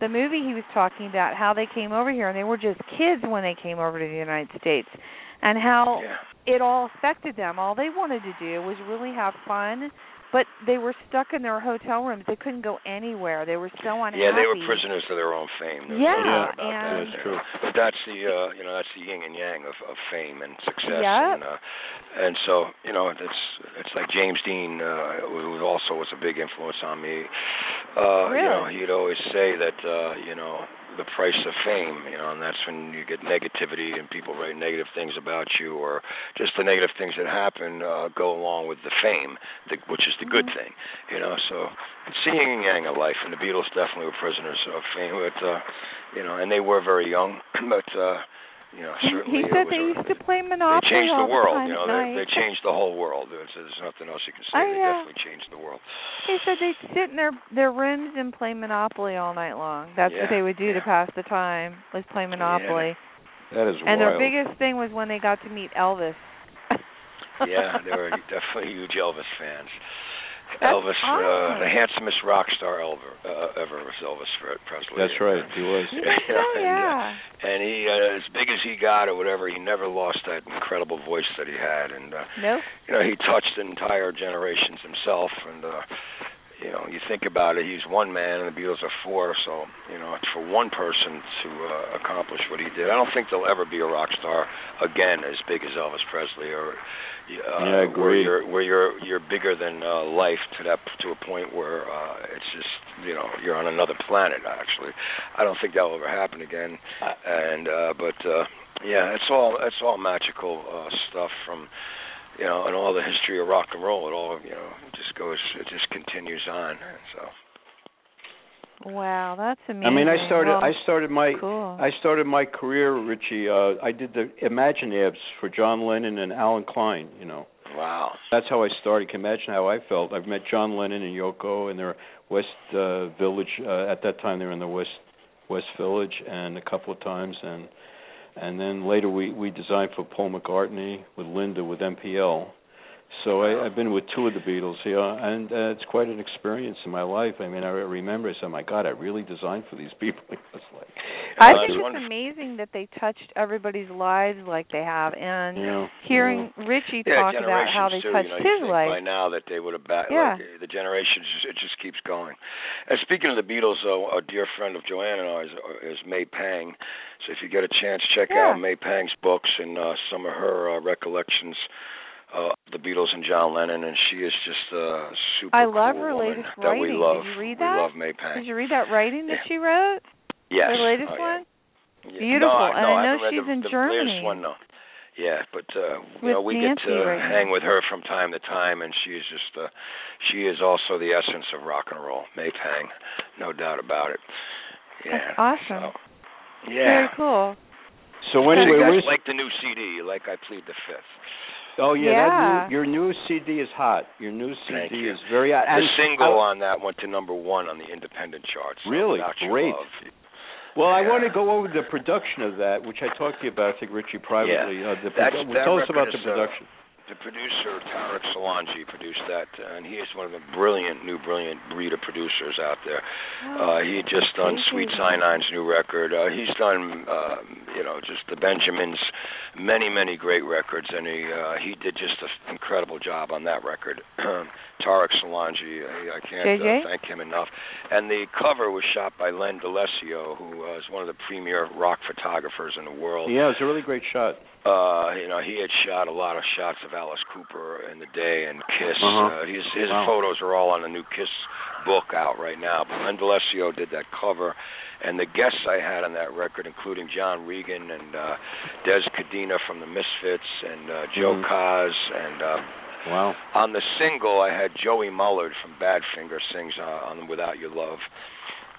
S4: the movie he was talking about how they came over here and they were just kids when they came over to the United States and how
S3: Yeah.
S4: it all affected them. All they wanted to do was really have fun, but they were stuck in their hotel rooms. They couldn't go anywhere. They were so unhappy.
S3: Yeah, they were prisoners to their own fame. There was
S4: Yeah,
S3: no doubt
S4: Yeah.
S3: about that.
S5: That's true.
S3: But that's the uh, you know that's the yin and yang of, of fame and success.
S4: Yep.
S3: And, uh, and so you know it's it's like James Dean uh, who was also was a big influence on me. Uh, You know
S4: Really?
S3: he'd always say that uh, you know the price of fame. You know and that's when you get negativity and people write negative things about you or just the negative things that happen uh, go along with the fame, the, which is the good
S4: Mhm.
S3: thing. You know so it's the yin and yang of life, and the Beatles definitely were prisoners of fame. But uh, you know, and they were very young, but uh, you know,
S4: He,
S3: certainly
S4: he
S3: it
S4: said
S3: was
S4: they
S3: a-
S4: used to play
S3: they
S4: Monopoly
S3: changed
S4: all
S3: the world.
S4: time
S3: you
S4: at
S3: know, they, they
S4: night.
S3: changed the whole world. There's, there's nothing else you can say.
S4: I
S3: they
S4: know.
S3: definitely changed the world.
S4: He said they'd sit in their their rooms and play Monopoly all night long. That's
S3: Yeah,
S4: what they would do to
S3: yeah.
S4: pass the time was play Monopoly.
S5: that is
S4: And their
S5: wild.
S4: biggest thing was when they got to meet Elvis.
S3: yeah, they were definitely huge Elvis fans.
S4: That's
S3: Elvis, uh,
S4: awesome.
S3: the handsomest rock star ever, uh, ever was Elvis Fre- Presley.
S5: That's right. He was.
S4: Yeah,
S3: And, uh,
S4: yeah.
S3: and he, uh, as big as he got or whatever, he never lost that incredible voice that he had, and uh,
S4: Nope.
S3: you know he touched entire generations himself, and uh, you know you think about it, he's one man, and the Beatles are four, so you know it's for one person to uh, accomplish what he did. I don't think there'll ever be a rock star again as big as Elvis Presley, or uh,
S5: Yeah, I agree.
S3: Where you're, where you're you're bigger than uh, life to that to a point where uh, it's just you know you're on another planet. Actually, I don't think that will ever happen again. And uh, but uh, yeah, it's all it's all magical uh, stuff from you know and all the history of rock and roll. It all you know just goes it just continues on. So
S4: Wow, that's amazing.
S5: I mean, I started.
S4: Well,
S5: I started my.
S4: cool.
S5: I started my career, Richie. Uh, I did the Imagine abs for John Lennon and Alan Klein. You know,
S3: wow,
S5: that's how I started. Can you imagine how I felt. I've met John Lennon and Yoko in their West uh, Village. Uh, at that time, they were in the West West Village, and a couple of times, and and then later we we designed for Paul McCartney with Linda with MPL. So I, I've been with two of the Beatles, yeah, and uh, it's quite an experience in my life. I mean, I remember, I said, "My God, I really designed for these people." It was like,
S4: I
S3: Uh,
S4: think it's
S3: wonderful.
S4: amazing that they touched everybody's lives like they have, and
S5: you know, you know.
S4: hearing Richie
S3: yeah,
S4: talk about how they
S3: generations too.
S4: touched
S3: you know, you
S4: his
S3: think
S4: life.
S3: by now that they would have back.
S4: Yeah.
S3: Like, uh, the generations, just- it just keeps going. And speaking of the Beatles, though, a dear friend of Joanne and I is, is May Pang. So if you get a chance, check
S4: Yeah.
S3: out May Pang's books and uh, some of her uh, recollections uh, of the Beatles and John Lennon. And she is just a super
S4: I love
S3: cool
S4: her
S3: woman
S4: latest
S3: that we
S4: writing. Did
S3: love.
S4: you read
S3: we
S4: that?
S3: love May Pang.
S4: Did you read that writing that
S3: Yeah.
S4: she wrote?
S3: yes.
S4: The latest
S3: Oh, yeah.
S4: one?
S3: Yeah.
S4: Beautiful.
S3: No, I,
S4: And
S3: no,
S4: I know
S3: haven't read
S4: she's
S3: the,
S4: in
S3: the
S4: Germany.
S3: Latest one, no. Yeah, but uh,
S4: With
S3: you know we
S4: Nancy
S3: get to
S4: right now.
S3: hang with her from time to time, and she is just uh, she is also the essence of rock and roll, May Pang, no doubt about it. Yeah,
S4: That's awesome.
S3: So, yeah.
S4: Very cool.
S5: So
S3: So
S5: anyway,
S3: you guys
S5: we're
S3: like the new CD, like I plead the fifth.
S5: Oh yeah,
S4: Yeah.
S5: That new, your new CD is hot. Your new CD
S3: Thank you.
S5: is very hot. And
S3: the single
S5: I-
S3: on that went to number one on the independent charts. so
S5: Really?
S3: Without Your
S5: Great.
S3: Love.
S5: well, I
S3: yeah.
S5: want to go over the production of that, which I talked to you about, I think, Richie, privately. Uh, the
S3: That's-
S5: produ-
S3: that
S5: tell us about the
S3: record is, uh,
S5: production.
S3: the producer Tarek Solange produced that, uh, and he is one of the brilliant, new, brilliant breed of producers out there. Uh, he had just done
S4: Thank
S3: Sweet
S4: you.
S3: Sinine's new record. Uh, he's done, uh, you know, just the Benjamins, many, many great records, and he uh, he did just an incredible job on that record. Tarek Solange, I, I can't
S4: JJ?
S3: uh, thank him enough. And the cover was shot by Len D'Alessio, who uh, is one of the premier rock photographers in the world
S5: Yeah, it's a really great shot.
S3: uh you know he had shot a lot of shots of Alice Cooper in the day and Kiss.
S5: Uh-huh.
S3: Uh, his his
S5: Wow.
S3: photos are all on the new Kiss book out right now. But Len D'Alessio did that cover, and the guests I had on that record, including John Regan and uh Des Cadena from the Misfits and uh, Joe
S5: Mhm.
S3: Kaz and uh,
S5: Wow.
S3: on the single, I had Joey Mullard from Badfinger sings uh, on "Without Your Love."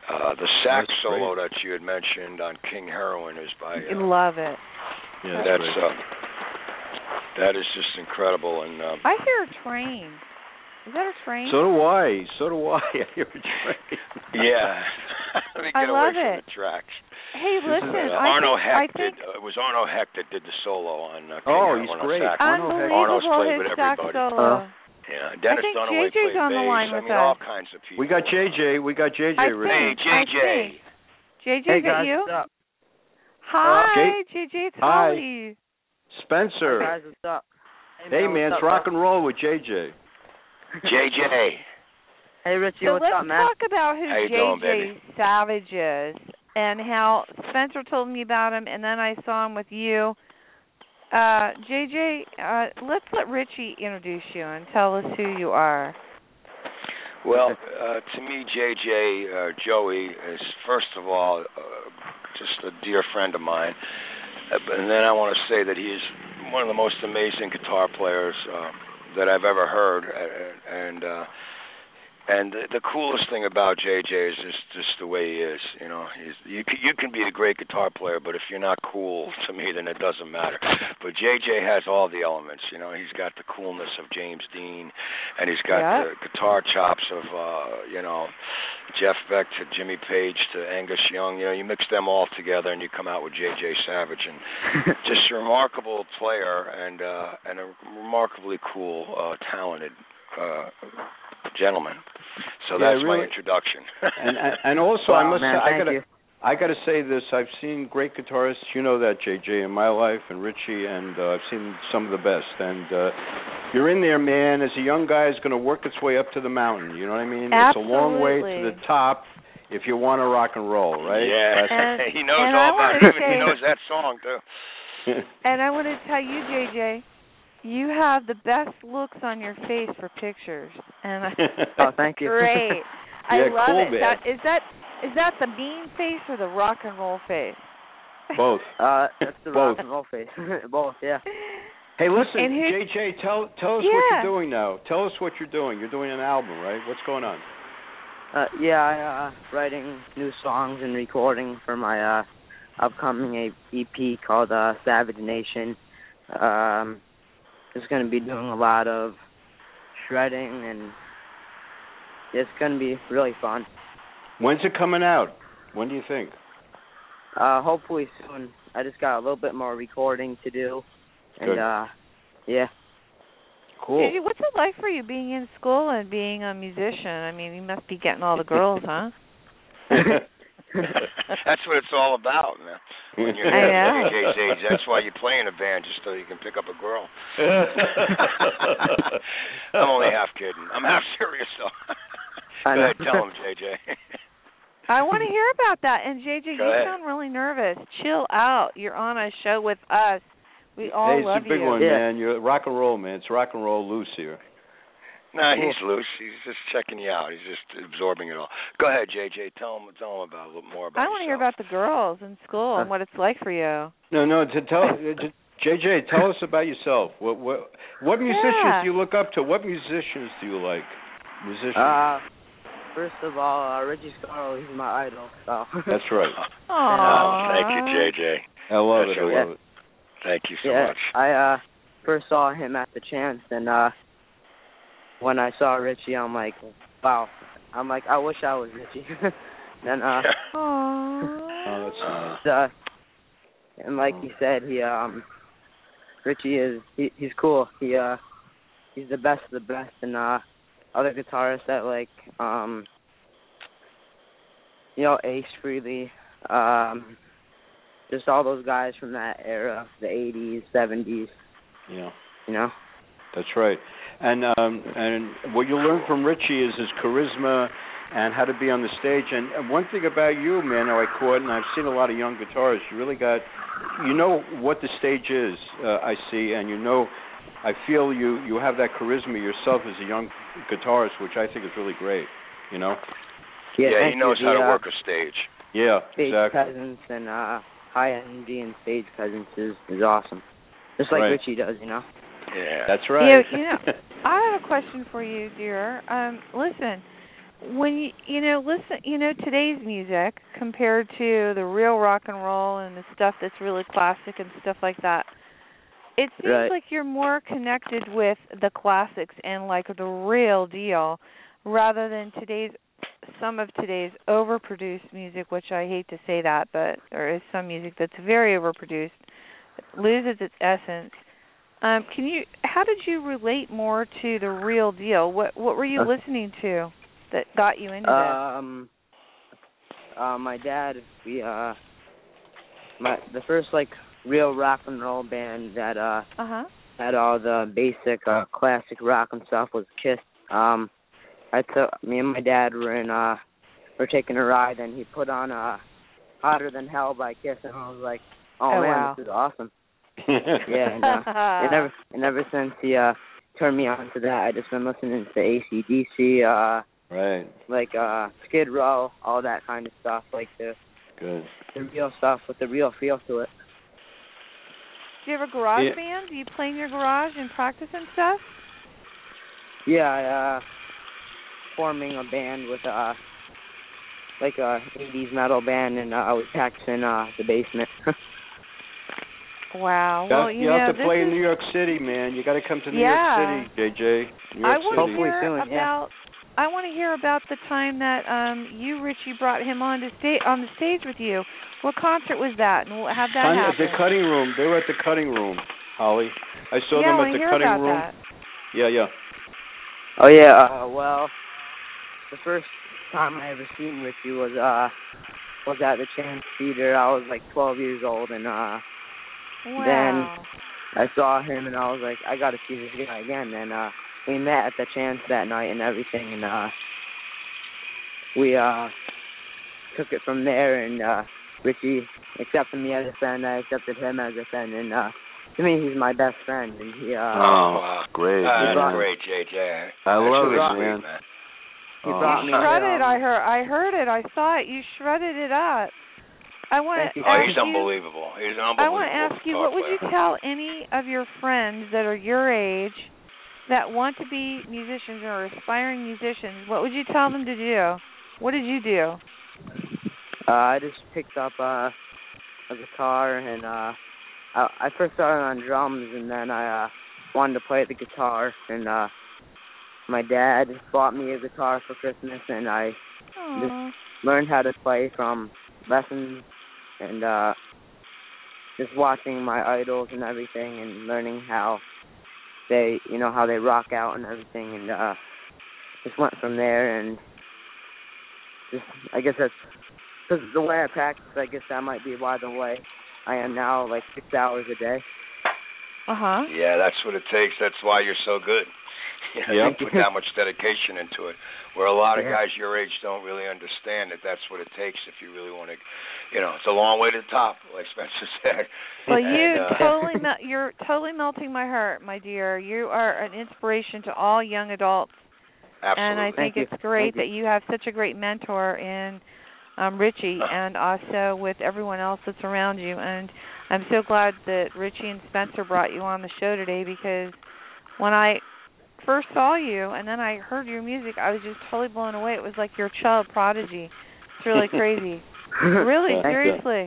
S3: Uh, the sax
S5: That's great.
S3: solo that you had mentioned on King Heroin is by
S4: I
S3: uh,
S4: love it.
S5: Yeah,
S3: that's
S5: great.
S3: uh, that is just incredible, and um,
S4: I hear a train. Is that a train?
S5: so do I. So do I. I hear it's great.
S3: yeah, let me
S4: I
S3: get
S4: love
S3: away from
S4: it.
S3: the tracks.
S4: hey,
S5: this is,
S4: listen.
S3: Uh,
S4: I
S3: Arno
S4: think,
S3: Heck
S4: I think
S3: did. Uh, it was Arno Heck that did the solo on. Uh, King
S5: Oh,
S3: Heroin
S5: he's
S3: on
S5: great.
S3: sax.
S4: Um,
S5: Arno Heck.
S3: uh, Arno's
S4: unbelievable
S3: played with
S4: his sax
S3: everybody.
S4: solo.
S5: Huh?
S3: Yeah, Dennis
S4: think
S3: Dunaway
S4: JJ's
S3: played
S4: on the
S3: bass.
S4: line
S3: I
S4: with
S3: mean, all
S4: us.
S3: kinds of people.
S5: we got JJ. We got JJ.
S4: I
S5: Richie.
S3: Hey,
S4: think- I
S3: JJ.
S4: JJ,
S6: Hey
S4: is that
S6: guys,
S4: you?
S6: what's up?
S4: Hi,
S5: Jay-
S4: JJ. It's
S5: Hi.
S4: Holly.
S5: Spencer.
S6: Hey guys, what's up?
S5: Hey man,
S6: what's
S5: it's
S6: up,
S5: rock and roll with JJ.
S3: JJ.
S6: Hey Richie,
S4: So
S6: what's
S4: let's
S6: up, man?
S4: talk about who
S3: How you
S4: JJ
S3: doing, baby?
S4: Savage is and how Spencer told me about him, and then I saw him with you. Uh, JJ, uh, let's let Richie introduce you and tell us who you are.
S3: Well, uh, to me, JJ uh, Joey is first of all uh, just a dear friend of mine, Uh, but- and then I want to say that he is one of the most amazing guitar players uh, that I've ever heard, uh, and uh, and the, the coolest thing about JJ is just just the way he is. You know, he's you can, you can be a great guitar player, but if you're not cool to me, then it doesn't matter. But JJ has all the elements. You know, he's got the coolness of James Dean, and he's got
S4: Yeah.
S3: the guitar chops of uh, you know Jeff Beck to Jimmy Page to Angus Young. You know, you mix them all together, and you come out with JJ Savage, and just a remarkable player and uh and a remarkably cool uh talented uh gentleman. So
S5: Yeah, I
S3: that's my
S5: really-
S3: introduction.
S5: and and- and also I
S6: wow,
S5: must
S6: man,
S5: say, I
S6: thank
S5: gotta
S6: you.
S5: I gotta say this. I've seen great guitarists. You know that JJ in my life and Richie, and uh, I've seen some of the best. And uh, you're in there, man. As a young guy, is going to work its way up to the mountain. You know what I mean? It's a long way
S4: Absolutely.
S5: to the top if you want to rock and roll, right?
S3: Yeah,
S4: And-
S3: he knows
S4: and I
S3: all about
S4: wanna
S3: it. He
S4: say-
S3: knows that song too.
S5: That's-
S4: And I want to tell you, JJ, you have the best looks on your face for pictures, and I,
S6: Oh, thank you.
S4: great. I
S5: Yeah,
S4: love
S5: cool,
S4: it.
S5: man.
S4: That, is that is that the mean face or the rock and roll face?
S5: Both.
S6: Uh, that's the
S5: Both.
S6: rock and roll face. Both, yeah.
S5: Hey, listen,
S4: And here's-
S5: JJ, tell tell us what
S4: Yeah.
S5: you're doing now. Tell us what you're doing. You're doing an album, right? What's going on?
S6: Uh, yeah, I, uh, writing new songs and recording for my, uh, upcoming A- EP called, uh, Savage Nation. Um, it's gonna be doing a lot of shredding and it's gonna be really fun.
S5: When's it coming out? When do you think?
S6: Uh, hopefully soon. I just got a little bit more recording to do. And,
S5: Good.
S6: uh, yeah.
S5: Cool.
S4: JJ, what's it like for you being in school and being a musician? I mean, you must be getting all the girls, huh?
S3: that's what it's all about, man. When you're
S4: I
S3: at
S4: know.
S3: JJ's age, that's why you play in a band just so you can pick up a girl. I'm only half kidding. I'm half serious though. Go
S6: I know.
S3: ahead, tell him, JJ.
S4: I want to hear about that. And JJ,
S3: Go
S4: you
S3: ahead.
S4: sound really nervous. Chill out. You're on a show with us. We all
S5: hey, it's
S4: love
S5: a big
S4: you.
S5: one,
S6: Yeah.
S5: man. You're rock and roll, man. It's rock and roll loose here.
S3: no, he's loose. He's just checking you out. He's just absorbing it all. Go ahead, JJ. Tell him. Tell him about a little more about.
S4: I want to hear about the girls in school and what it's like for you.
S5: No, no. To tell JJ, tell us about yourself. What what what musicians
S4: Yeah.
S5: do you look up to? What musicians do you like? Musicians.
S6: Uh, first of all, uh, Reggie Scarl, he's my idol. So.
S5: That's right.
S3: Oh,
S4: Aww.
S3: thank you, JJ.
S5: I love it.
S3: That's
S5: I
S3: right.
S5: love it.
S3: Thank you so
S6: yeah,
S3: much.
S6: I uh first saw him at the chance, and uh when I saw Richie, I'm like, wow. I'm like, I wish I was Richie. then uh,
S5: Oh, that's nice.
S6: uh, and like he said, he um, Richie is he, he's cool. He uh, he's the best of the best, and uh, other guitarists that like um, you know, Ace Frehley, um, just all those guys from that era, the '80s, '70s,
S5: Yeah,
S6: you know.
S5: that's right. And um, and what you learn from Richie is his charisma and how to be on the stage. And, and one thing about you, man, that I caught, and I've seen a lot of young guitarists. You really got, you know what the stage is. Uh, I see, and you know, I feel you. You have that charisma yourself as a young guitarist, which I think is really great. You know.
S3: yeah,
S6: thank
S3: he
S6: you.
S3: knows how
S6: The,
S3: to
S6: uh,
S3: work a stage.
S5: Yeah.
S6: stage
S5: Exactly.
S6: presence and uh, high energy and stage presence is, is awesome. Just like
S5: Right.
S6: Richie does, you know.
S3: Yeah.
S5: That's right.
S4: you know- I have a question for you, dear. Um, listen, when you you know listen, you know today's music compared to the real rock and roll and the stuff that's really classic and stuff like that. It seems
S6: Right.
S4: like you're more connected with the classics and like the real deal rather than today's some of today's overproduced music, which I hate to say that, but there is some music that's very overproduced, loses its essence. Um, can you? How did you relate more to the real deal? What What were you
S6: Uh.
S4: listening to that got you into
S6: Um, uh, my dad, we uh, my the first like real rock and roll band that uh
S4: this? Uh huh.
S6: had all the basic uh classic rock and stuff was Kiss. Um, I took me and my dad were in uh, we're taking a ride and he put on uh, Hotter Than Hell by Kiss and I was like, oh,
S4: Oh,
S6: man,
S4: wow.
S6: this is awesome. Yeah, and, uh, and ever and ever since he uh turned me on to that, I just been listening to ACDC, uh,
S5: right.
S6: like uh Skid Row, all that kind of stuff, like the
S5: Good.
S6: the real stuff with the real feel to it.
S4: Do you have a garage
S5: Yeah.
S4: band? Do you play in your garage and practice and stuff?
S6: Yeah, I, uh, forming a band with uh like a 80s metal band, and uh, I was practicing uh the basement.
S4: Wow.
S5: Yeah,
S4: well, you,
S5: you,
S4: know,
S5: have to
S4: this is,
S5: play in New York City, man. You got to come to New
S4: Yeah.
S5: York City, JJ. New
S4: I want to
S5: York City.
S6: Hopefully
S4: hear
S6: soon, yeah.
S4: about. I want to hear about the time that um you, Richie, brought him on to stay on the stage with you. What concert was that, and how that
S5: Honey, at
S4: happen?
S5: the cutting room. They were at the cutting room, Holly. I saw
S4: yeah, I
S5: them
S4: want to
S5: at the
S4: hear
S5: cutting
S4: about
S5: room.
S4: that.
S5: Yeah, yeah.
S6: oh yeah, uh, well the first time I ever seen with you was uh was at the Chance Theater. I was like 12 years old, and uh
S4: Wow.
S6: I saw him, and I was like, I got to see this guy again. And uh we met at the Chance that night and everything, and uh we uh took it from there. And uh Richie accepted me as a friend. I accepted him as a friend, and uh to me, he's my best friend. And he uh
S5: Oh,
S3: wow.
S7: great,
S3: That's
S6: man.
S3: great, JJ.
S7: I
S3: That's
S7: love
S3: really
S7: it,
S3: sweet,
S7: man.
S6: he
S7: Oh.
S6: brought
S4: You
S6: me.
S4: shredded.
S6: um,
S4: I heard. I heard it. I saw it. You shredded it up. I want
S6: Thank
S4: to
S6: you.
S3: Oh, he's
S4: ask you.
S3: unbelievable. He's an unbelievable.
S4: I want to ask you.
S3: guitar
S4: What would you
S3: player.
S4: tell any of your friends that are your age that want to be musicians or aspiring musicians? What would you tell them to do? What did you do?
S6: Uh, I just picked up uh, a guitar and uh, I, I first started on drums and then I uh, wanted to play the guitar and uh, my dad bought me a guitar for Christmas and I
S4: Aw.
S6: learned how to play from lessons and uh, just watching my idols and everything and learning how they you know how they rock out and everything and uh, just went from there and just I guess that's because the way I practice, I guess that might be why the way I am now, like six hours a day.
S4: Uh huh.
S3: Yeah, that's what it takes. That's why you're so good. You know,
S5: Yep.
S3: you put that much dedication into it. Where a lot of
S6: Yeah.
S3: guys your age don't really understand that that's what it takes if you really want to, you know, it's a long way to the top, like Spencer said.
S4: Well,
S3: And,
S4: you
S3: uh,
S4: totally mel- you're totally melting my heart, my dear. You are an inspiration to all young adults,
S3: Absolutely.
S4: and I think
S6: Thank you.
S4: it's great that
S6: Thank
S4: you have such a great mentor in um, Richie,
S6: Uh.
S4: and also with everyone else that's around you. And I'm so glad that Richie and Spencer brought you on the show today because when I first saw you and then I heard your music, I was just totally blown away. It was like your child prodigy. It's really crazy. really,
S6: Thank you.
S4: seriously.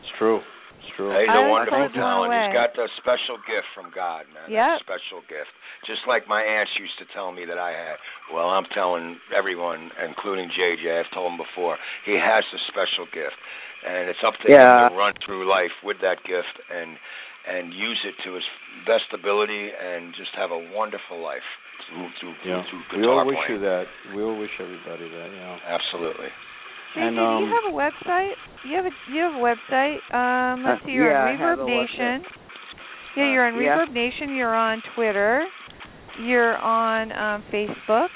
S5: It's true. It's true.
S3: He's
S4: I
S3: a
S4: was
S3: wonderful
S4: totally blown
S3: talent. He's
S4: away.
S3: got a special gift from God, man. That's a
S4: Yep.
S3: special gift. Just like my aunts used to tell me that I had. Well, I'm telling everyone, including JJ, I've told him before, he has a special gift. And it's up to
S6: Yeah.
S3: him to run through life with that gift and and use it to his best ability and just have a wonderful life through through,
S5: Yeah.
S3: through
S5: We
S3: guitar
S5: all wish you
S3: playing.
S5: that. We all wish everybody that. Yeah.
S3: Absolutely.
S4: JJ,
S5: And,
S4: do
S5: um,
S4: you have a website? You have a you have a website. Um, let's
S6: Uh,
S4: see, you're
S6: yeah, I
S4: on
S6: have a
S4: Reverb Nation. Yeah, you're on
S6: Uh, yeah.
S4: Reverb Nation. You're on Twitter. You're on um, Facebook,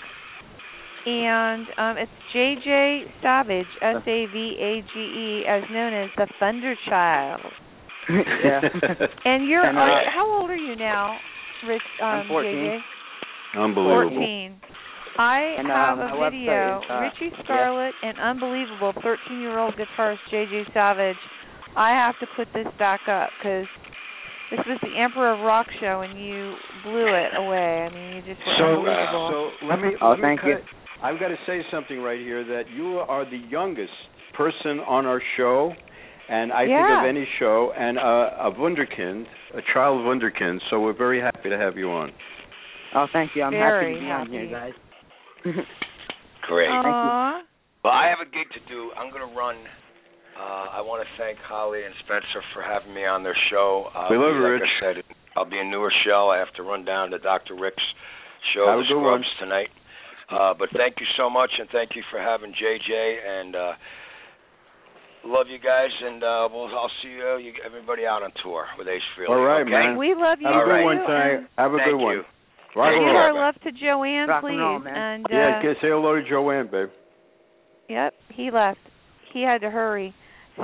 S4: and um, it's JJ Savage, S A V A G E, as known as the Thunder Child.
S6: yeah.
S4: And you're
S6: And, uh,
S4: on, how old are you now, Rich? Um,
S6: I'm 14.
S4: JJ?
S5: Unbelievable.
S4: 14. I
S6: And,
S4: have
S6: um,
S4: a
S6: my
S4: video,
S6: website is, uh,
S4: Richie
S6: yeah.
S4: Scarlett and unbelievable 13-year-old guitarist JJ Savage. I have to put this back up because this was the Emperor of Rock show and you blew it away. I mean, you just were
S5: So, uh,
S4: unbelievable.
S5: so let me.
S6: Oh,
S5: let me
S6: thank
S5: cut-
S6: you.
S5: I've got to say something right here that you are the youngest person on our show, and I
S4: Yeah.
S5: think of any show, and uh, a wunderkind, a child wunderkind. So we're very happy to have you on.
S6: Oh, thank you. I'm
S4: Very
S6: happy to be on here,
S4: happy.
S6: guys.
S3: Great.
S4: Aw.
S3: Well, I have a gig to do. I'm going to run. Uh, I want to thank Holly and Spencer for having me on their show. Uh,
S5: We love you,
S3: like
S5: Rich.
S3: I said, I'll be in New Rochelle. I have to run down to Dr. Rick's show,
S5: Have a
S3: The
S5: good one.
S3: Scrubs, tonight. Uh, but thank you so much, and thank you for having JJ. And uh, love you guys, and uh, we'll, I'll see you, you everybody out on tour with Ace Frehley.
S5: All right,
S3: E, okay?
S5: man.
S4: We love you.
S5: Have a
S3: All
S5: good
S3: right.
S5: one
S4: too,
S5: tonight. Have a
S3: Thank
S5: good one.
S3: you.
S5: Rock
S4: and
S5: and
S4: Give
S5: roll.
S4: our love to Joanne,
S6: Rock
S4: please.
S6: and roll, man.
S4: And, uh,
S5: Yeah, okay, say hello to Joanne, babe.
S4: Yep, he left. He had to hurry.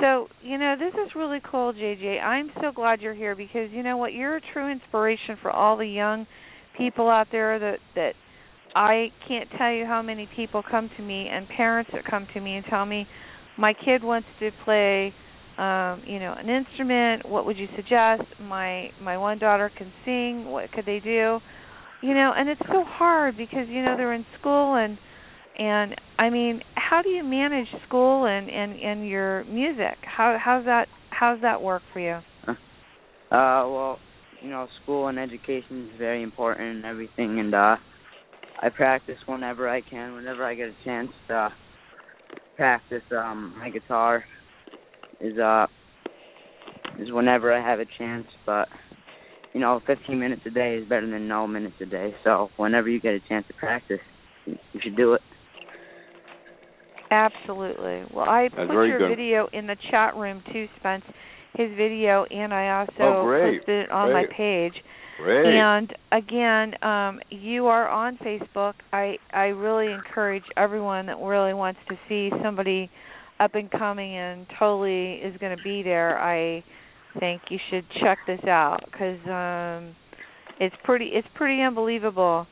S4: So, you know, this is really cool, JJ. I'm so glad you're here because you know what? You're a true inspiration for all the young people out there that that I can't tell you how many people come to me and parents that come to me and tell me my kid wants to play um, you know, an instrument, what would you suggest? My my one daughter can sing, what could they do? You know, and it's so hard because you know they're in school and and I mean, how do you manage school and and and your music? How how's that how's that work for you?
S6: Uh, well, you know, school and education is very important and everything, and uh, I practice whenever I can, whenever I get a chance to uh, practice. Um, my guitar is uh is whenever I have a chance, but you know, 15 minutes a day is better than no minutes a day. So whenever you get a chance to practice, you should do it.
S4: Absolutely. Well, I
S5: That's
S4: put
S5: very
S4: your
S5: good.
S4: video in the chat room too, Spence. His video, and I also
S3: Oh, great.
S4: posted it on my
S3: Great.
S4: page.
S3: Great.
S4: And again, um, you are on Facebook. I I really encourage everyone that really wants to see somebody up and coming and totally is going to be there. I think you should check this out because um, it's pretty it's pretty unbelievable.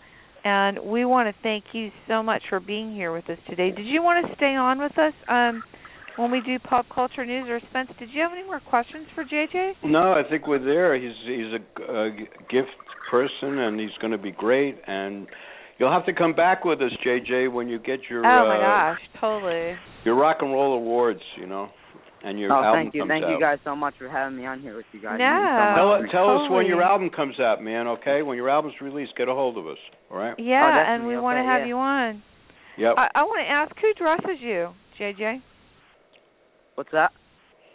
S4: And we want to thank you so much for being here with us today. Did you want to stay on with us um, when we do pop culture news? Or Spence, did you have any more questions for JJ?
S5: No, I think we're there. He's he's a, a gift person, and he's going to be great. And you'll have to come back with us, JJ, when you get your
S4: oh my
S5: uh,
S4: gosh, totally.
S5: your rock and roll awards. You know, and your
S6: oh,
S5: album
S6: thank you,
S5: comes
S6: thank
S5: out.
S6: you guys so much for having me on here with you guys.
S4: No.
S5: Tell,
S6: Thank you so much.
S5: tell us when
S4: totally.
S5: your album comes out, man. Okay, when your album's released, get a hold of us. All right.
S4: Yeah, and
S6: definitely.
S4: we want to
S6: Oh, Okay,
S4: have
S6: yeah. Oh.
S4: you on.
S5: Yep.
S4: I, I want to ask who dresses you, JJ?
S6: What's that?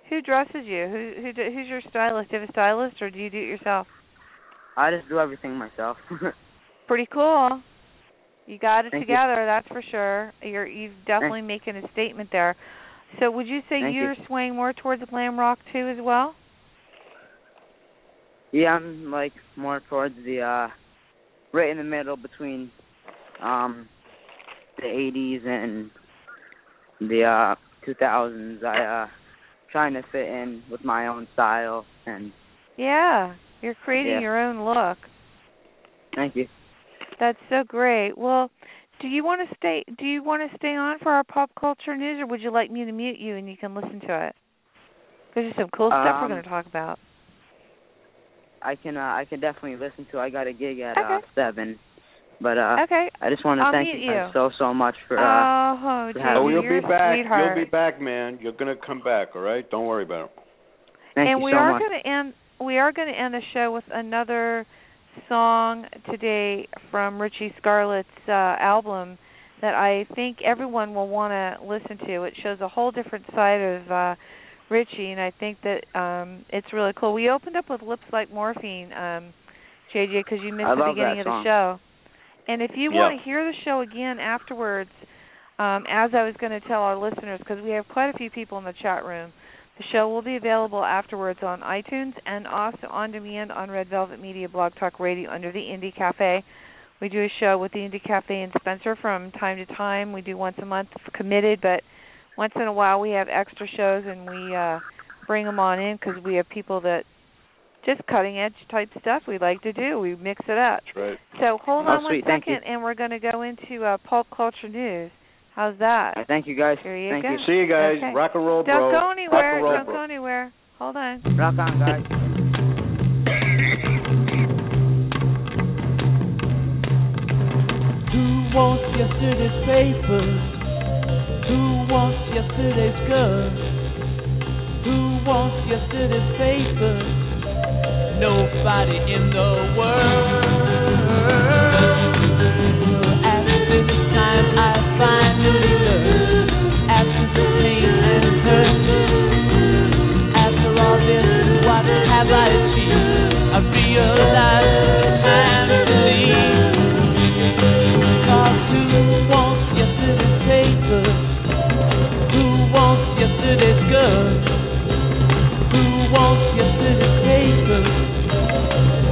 S4: Who dresses you? Who who d- who's your stylist? Do you have a stylist, or do you do it yourself?
S6: I just do everything myself.
S4: Pretty cool. You got it
S6: Thank you.
S4: together, that's for sure. You're you've definitely making a statement there. So would you say
S6: Thank you.
S4: you're swaying more towards glam rock too, as well?
S6: yeah, I'm like more towards the uh right in the middle between um the 80s and the uh 2000s. I uh trying to fit in with my own style and
S4: Yeah, you're creating
S6: Yeah.
S4: your own look.
S6: thank you.
S4: That's so great. Well, do you want to stay? Do you want to stay on for our pop culture news, or would you like me to mute you and you can listen to it? There's some cool stuff we're
S6: Um,
S4: going to talk about.
S6: I can uh, I can definitely listen to. I got a gig at uh
S4: Okay.
S6: 7. But uh
S4: okay.
S6: I just want to
S4: I'll
S6: thank
S4: meet
S6: you guys
S4: you.
S6: so so much for uh
S4: oh,
S6: for
S4: Jamie,
S6: having
S5: oh,
S6: me.
S5: you'll
S4: you're
S5: be back.
S4: A sweetheart.
S5: You'll be back, man. You're going to come back. All right. Don't worry about it.
S6: thank
S4: and
S6: you
S4: we
S6: so
S4: are
S6: much.
S4: going to end. We are going to end the show with another song today from Richie Scarlett's uh, album that I think everyone will want to listen to. It shows a whole different side of uh, Richie, and I think that um, it's really cool. We opened up with "Lips Like Morphine," um, JJ, because you missed
S6: I
S4: the
S6: love
S4: beginning
S6: that
S4: of the
S6: song.
S4: show. And if you
S5: Yeah.
S4: want to hear the show again afterwards, um, as I was going to tell our listeners, because we have quite a few people in the chat room, the show will be available afterwards on iTunes and also on demand on Red Velvet Media Blog Talk Radio under the Indie Cafe. We do a show with the Indie Cafe and Spencer from time to time. We do once a month, if committed, but once in a while we have extra shows and we uh, bring them on in because we have people that just cutting edge type stuff we like to do. We mix it up.
S5: That's right.
S4: So hold
S6: Oh,
S4: on one
S6: sweet. Thank you.
S4: second, and we're going to go into uh, pulp culture news. How's that?
S6: I thank you guys.
S4: Here you
S6: thank
S4: go.
S6: you.
S5: See you guys.
S4: Okay.
S5: Rock and roll, bro.
S4: Don't go
S5: Rock
S4: anywhere.
S5: and roll,
S4: Don't
S5: bro.
S4: go anywhere. Hold on.
S6: Rock on, guys.
S1: Who wants yesterday's paper? Who wants yesterday's gun? Who wants yesterday's paper? Nobody in the world. At this time, I finally learned absence of pain and hurt. After all this, what have I achieved? I realize it's time to leave. Cause who wants yesterday's paper? Who wants yesterday's gun? Who wants yesterday's paper?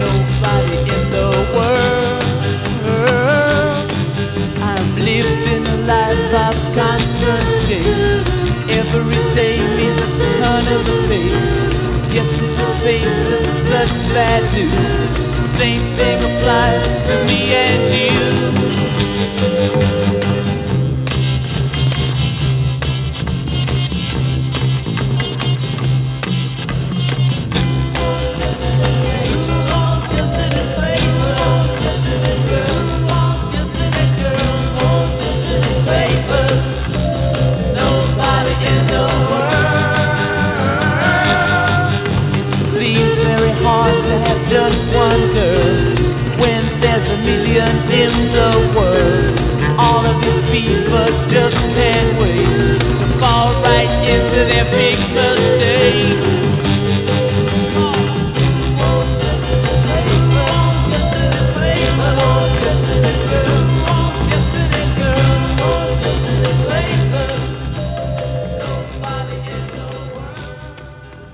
S1: Nobody in the world. I'm living a life of constant change. Every day is a turn of the page. Yesterday's paper is such bad news. Same thing applies to me and you. Seems very hard to have just one girl when there's a million in the world.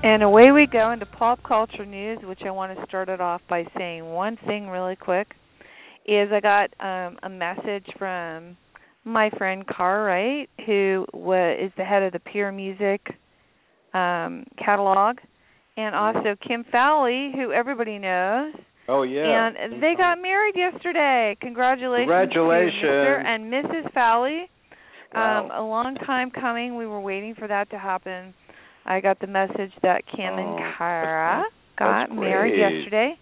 S4: And away we go into pop culture news, which I want to start it off by saying one thing really quick is I got um a message from my friend Carwright, who wa- is the head of the Pure Music um catalog, and
S6: Mm-hmm.
S4: also Kim Fowley, who everybody knows.
S5: Oh yeah.
S4: And they got married yesterday. Congratulations. To Mr.
S5: Congratulations.
S4: and Mrs. Fowley. Um,
S5: Wow.
S4: a long time coming. We were waiting for that to happen. I got the message that Kim
S5: Oh,
S4: and
S5: that's-
S4: Kara
S5: that's
S4: got married
S5: great.
S4: yesterday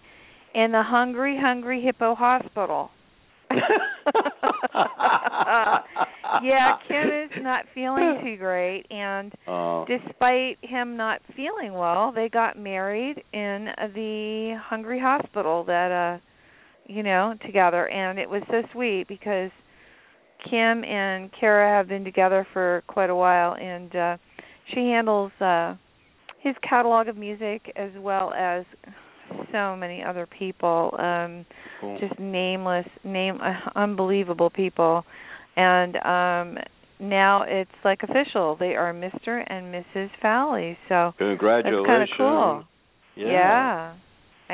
S4: in the Hungry Hungry Hippo Hospital. yeah, Kim is not feeling too great and
S5: Oh.
S4: despite him not feeling well, they got married in the Hungry Hospital that uh you know, together and it was so sweet because Kim and Kara have been together for quite a while and uh she handles uh his catalog of music as well as so many other people um
S5: Cool.
S4: just nameless name unbelievable people and um now it's like official they are mr and mrs fowley so that's
S5: Congratulations.
S4: kind of cool
S5: Yeah.
S4: yeah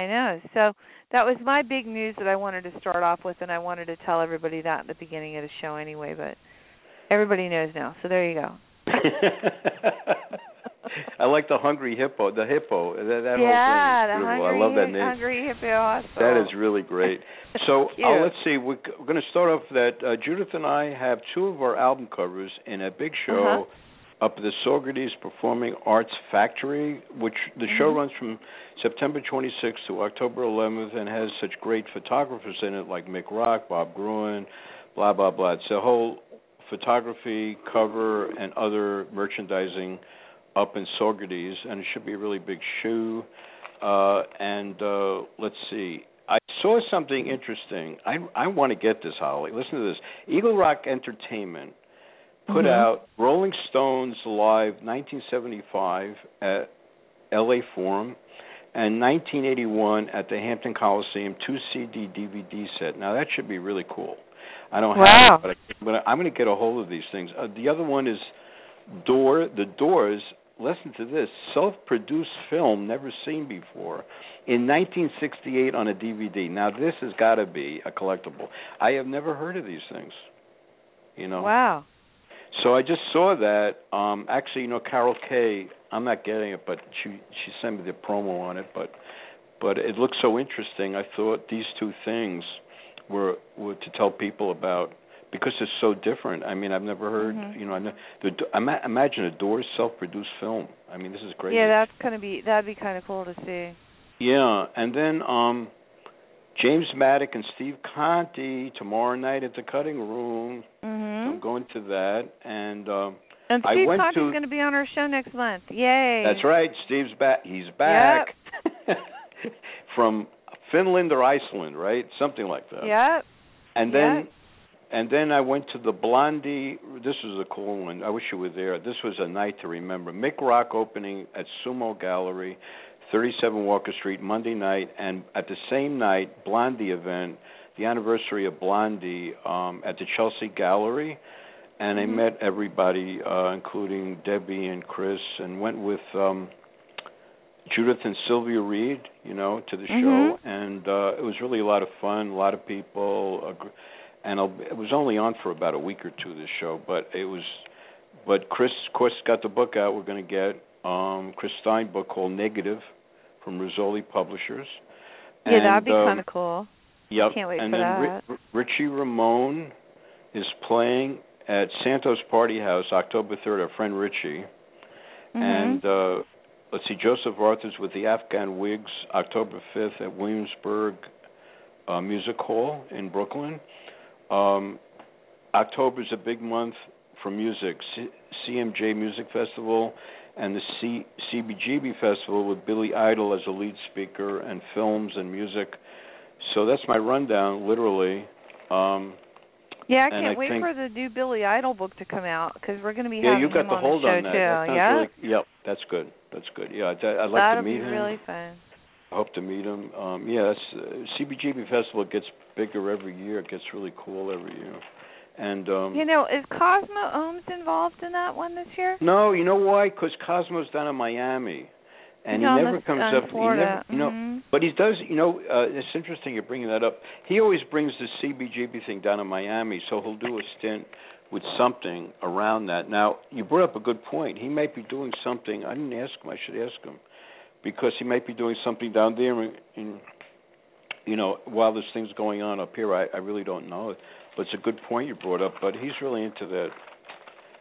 S4: i know so that was my big news that i wanted to start off with and i wanted to tell everybody that at the beginning of the show anyway but everybody knows now so there you go
S5: I like the hungry hippo. The hippo. That, that
S4: yeah
S5: whole thing is
S4: the
S5: beautiful.
S4: hungry,
S5: I love that name.
S4: hungry hippie hospital
S5: That is really great. So
S4: Cute.
S5: uh, let's see. We're, we're going to start off that uh, Judith and I have two of our album covers in a big show up at the Socrates Performing Arts Factory, which the show
S4: Mhm.
S5: runs from September 26th to October 11th, and has such great photographers in it like Mick Rock, Bob Gruen, blah blah blah. It's a whole photography cover and other merchandising up in Socrates, and it should be a really big shoe. Uh, and uh, let's see. I saw something interesting. I I want to get this, Holly. Listen to this. Eagle Rock Entertainment put
S4: Mhm.
S5: out Rolling Stones Live 1975 at LA Forum and 1981 at the Hampton Coliseum, two CD DVD set. Now that should be really cool. I don't have
S4: Wow.
S5: it, but, I, but I'm going to get a hold of these things. Uh, the other one is Door. The Doors. Listen to this self-produced film never seen before in 1968 on a DVD. Now this has got to be a collectible. I have never heard of these things. You know.
S4: wow
S5: So I just saw that. Um actually, you know, Carol Kay, I'm not getting it, but she she sent me the promo on it, but but it looked so interesting. I thought these two things were were to tell people about because they're so different. I mean, I've never heard,
S4: Mhm.
S5: you know, I ne- the Do- ima- imagine a Doors self-produced film. I mean, this is great.
S4: yeah that's gonna be that'd be kind of cool to see
S5: Yeah, and then um James Maddock and Steve Conti tomorrow night at the Cutting Room.
S4: mhm
S5: I'm going to that and um
S4: And
S5: I
S4: Steve
S5: went
S4: Conti's
S5: to-
S4: going to be on our show next month. Yay!
S5: That's right. Steve's back. He's back from Finland or Iceland, right? Something like that.
S4: Yep.
S5: And then
S4: yeah.
S5: and then I went to the Blondie. This was a cool one. I wish you were there. This was a night to remember. Mick Rock opening at Sumo Gallery, 37 Walker Street, Monday night, and at the same night, Blondie event, the anniversary of Blondie um, at the Chelsea Gallery. And I
S4: Mhm.
S5: met everybody, uh, including Debbie and Chris, and went with um, Judith and Sylvia Reed, you know, to the
S4: Mhm.
S5: show, and uh, it was really a lot of fun. A lot of people, a gr- and I'll, it was only on for about a week or two. This show, but it was, but Chris, of course, got the book out. We're going to get um, Chris Stein book called Negative from Rizzoli Publishers.
S4: Yeah, that'd
S5: And,
S4: be
S5: um,
S4: kind of cool.
S5: Yep.
S4: Can't wait
S5: and
S4: for
S5: then Ri-
S4: that.
S5: R- Richie Ramone is playing at Santos Party House October 3rd, our friend Richie. And
S4: Mhm.
S5: uh, let's see, Joseph Arthurs with the Afghan Wigs October 5th at Williamsburg uh, Music Hall in Brooklyn. Um, October is a big month for music. C- CMJ Music Festival and the C- CBGB Festival with Billy Idol as a lead speaker and films and music. So that's my rundown, literally. Um,
S4: yeah, I
S5: and
S4: can't
S5: I
S4: wait
S5: think-
S4: for the new Billy Idol book to come out because we're going to be
S5: yeah,
S4: having
S5: you got
S4: him
S5: the
S4: on
S5: hold
S4: the show
S5: on that.
S4: too.
S5: That sounds
S4: yeah,
S5: really- yep, that's good. That's good. Yeah, I'd, I'd like
S4: that'll
S5: to meet
S4: be
S5: him.
S4: really fun.
S5: I hope to meet him. Um, yes, uh, CBGB Festival gets bigger every year. It gets really cool every year. And um,
S4: You know, is Cosmo Ohms involved in that one this year?
S5: no, you know why? Because Cosmo's down in Miami, and
S4: No,
S5: he never
S4: that's
S5: comes
S4: on
S5: up. He never,
S4: Florida.
S5: you know,
S4: Mhm.
S5: but he does. You know, uh, it's interesting you're bringing that up. He always brings the CBGB thing down in Miami, so he'll do a stint with something around that. Now, you brought up a good point. He might be doing something. I didn't ask him. I should ask him because he might be doing something down there. In, in, you know, while this thing's going on up here, I, I really don't know. But it's a good point you brought up. But he's really into that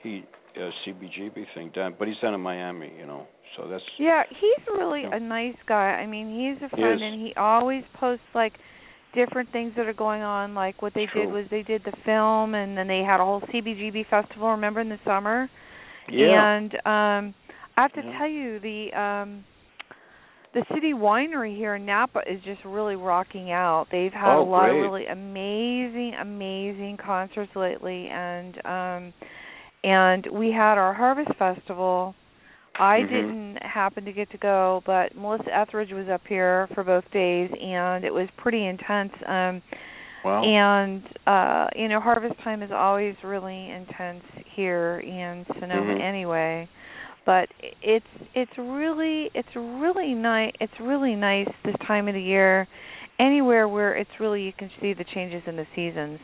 S5: he uh, CBGB thing down, but he's down in Miami. You know, so that's
S4: Yeah, he's really
S5: Yeah.
S4: a nice guy. I mean, he's a
S5: He
S4: friend,
S5: is.
S4: and he always posts like different things that are going on. Like what they did
S5: True.
S4: was they did the film, and then they had a whole CBGB festival. Remember in the summer?
S5: yeah.
S4: And um, I have to
S5: Yeah.
S4: tell you, the um, the city winery here in Napa is just really rocking out. They've had
S5: Oh,
S4: a lot
S5: great.
S4: of really amazing, amazing concerts lately, and um, and we had our harvest festival. I
S5: Mhm.
S4: didn't happen to get to go, but Melissa Etheridge was up here for both days, and it was pretty intense. Um,
S5: Wow.
S4: and uh, you know, harvest time is always really intense here in Sonoma
S5: Mhm.
S4: anyway. But i- it's it's really it's really nice it's really nice this time of the year, anywhere where it's really you can see the changes in the seasons.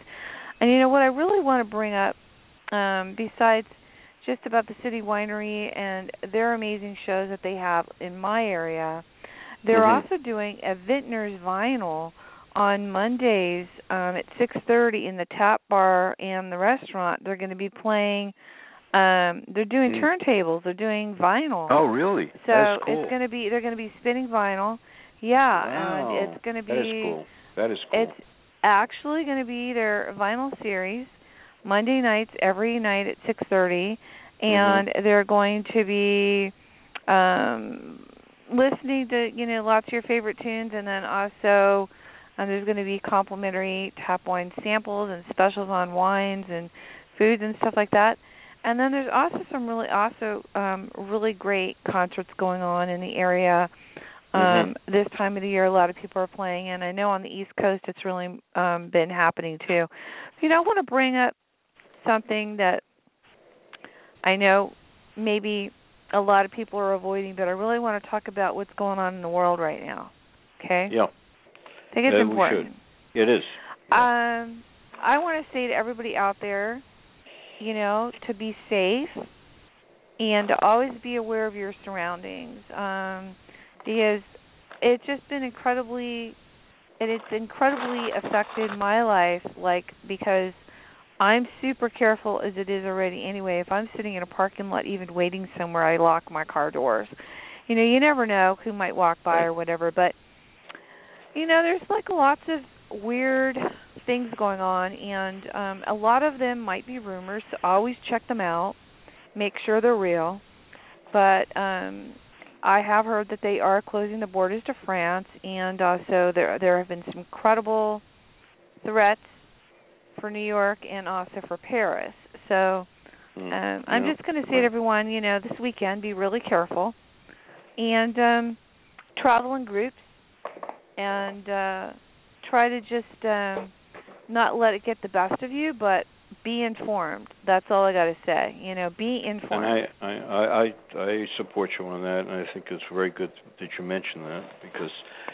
S4: And you know what I really want to bring up, um, besides just about the city winery and their amazing shows that they have in my area, they're
S5: Mhm.
S4: also doing a Vintner's Vinyl on Mondays um, at 6:30 in the tap bar and the restaurant. They're going to be playing. Um, they're doing
S5: Mm.
S4: turntables. They're doing vinyl.
S5: oh, really?
S4: so
S5: that's cool.
S4: it's going to be. They're going to be spinning vinyl. Yeah,
S5: Wow.
S4: and it's going to be.
S5: That is cool. That is cool.
S4: It's actually going to be their vinyl series Monday nights every night at 6:30 and they're going to be um listening to you know lots of your favorite tunes and then also um, there's going to be complimentary tap wine samples and specials on wines and foods and stuff like that. And then there's also some really also um really great concerts going on in the area. Um
S5: Mhm.
S4: this time of the year a lot of people are playing and I know on the East Coast it's really um been happening too. You know, I want to bring up something that I know maybe a lot of people are avoiding, but I really want to talk about what's going on in the world right now. Okay?
S5: yeah,
S4: I think it's
S5: Yeah, we should.
S4: important.
S5: it is.
S4: Um, I want to say to everybody out there, you know, to be safe and to always be aware of your surroundings. Um, because it's just been incredibly, and it's incredibly affected my life. Like because I'm super careful as it is already anyway. If I'm sitting in a parking lot, even waiting somewhere, I lock my car doors. You know, you never know who might walk by or whatever. But you know, there's like lots of weird things going on, and um, a lot of them might be rumors. So always check them out, make sure they're real. But um, I have heard that they are closing the borders to France, and also there there have been some credible threats for New York and also for Paris. So
S5: Mm.
S4: um, I'm
S5: Yeah.
S4: just going to say to everyone, you know, this weekend, be really careful and um, travel in groups and uh, try to just um, not let it get the best of you, but be informed. That's all I got to say. You know, be
S5: And
S4: informed.
S5: I, I, I, I, I support you on that, and I think it's very good that you mentioned that because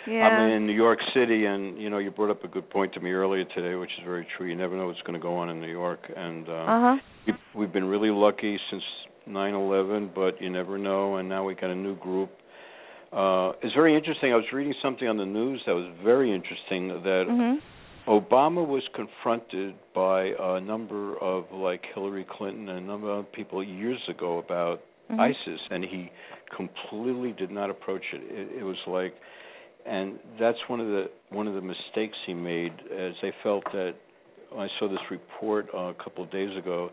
S4: yeah.
S5: I'm in uh, New York City, and you know you brought up a good point to me earlier today, which is very true. You never know what's going to go on in New York, and um,
S4: uh-huh.
S5: we- we've been really lucky since 9/11, but you never know. And now we got a new group. Uh, it's very interesting. I was reading something on the news that was very interesting. That
S4: Mhm.
S5: Obama was confronted by a number of like Hillary Clinton and a number of people years ago about
S4: Mhm.
S5: ISIS, and he completely did not approach it. it. It was like, and that's one of the one of the mistakes he made, as they felt that. I saw this report uh, a couple of days ago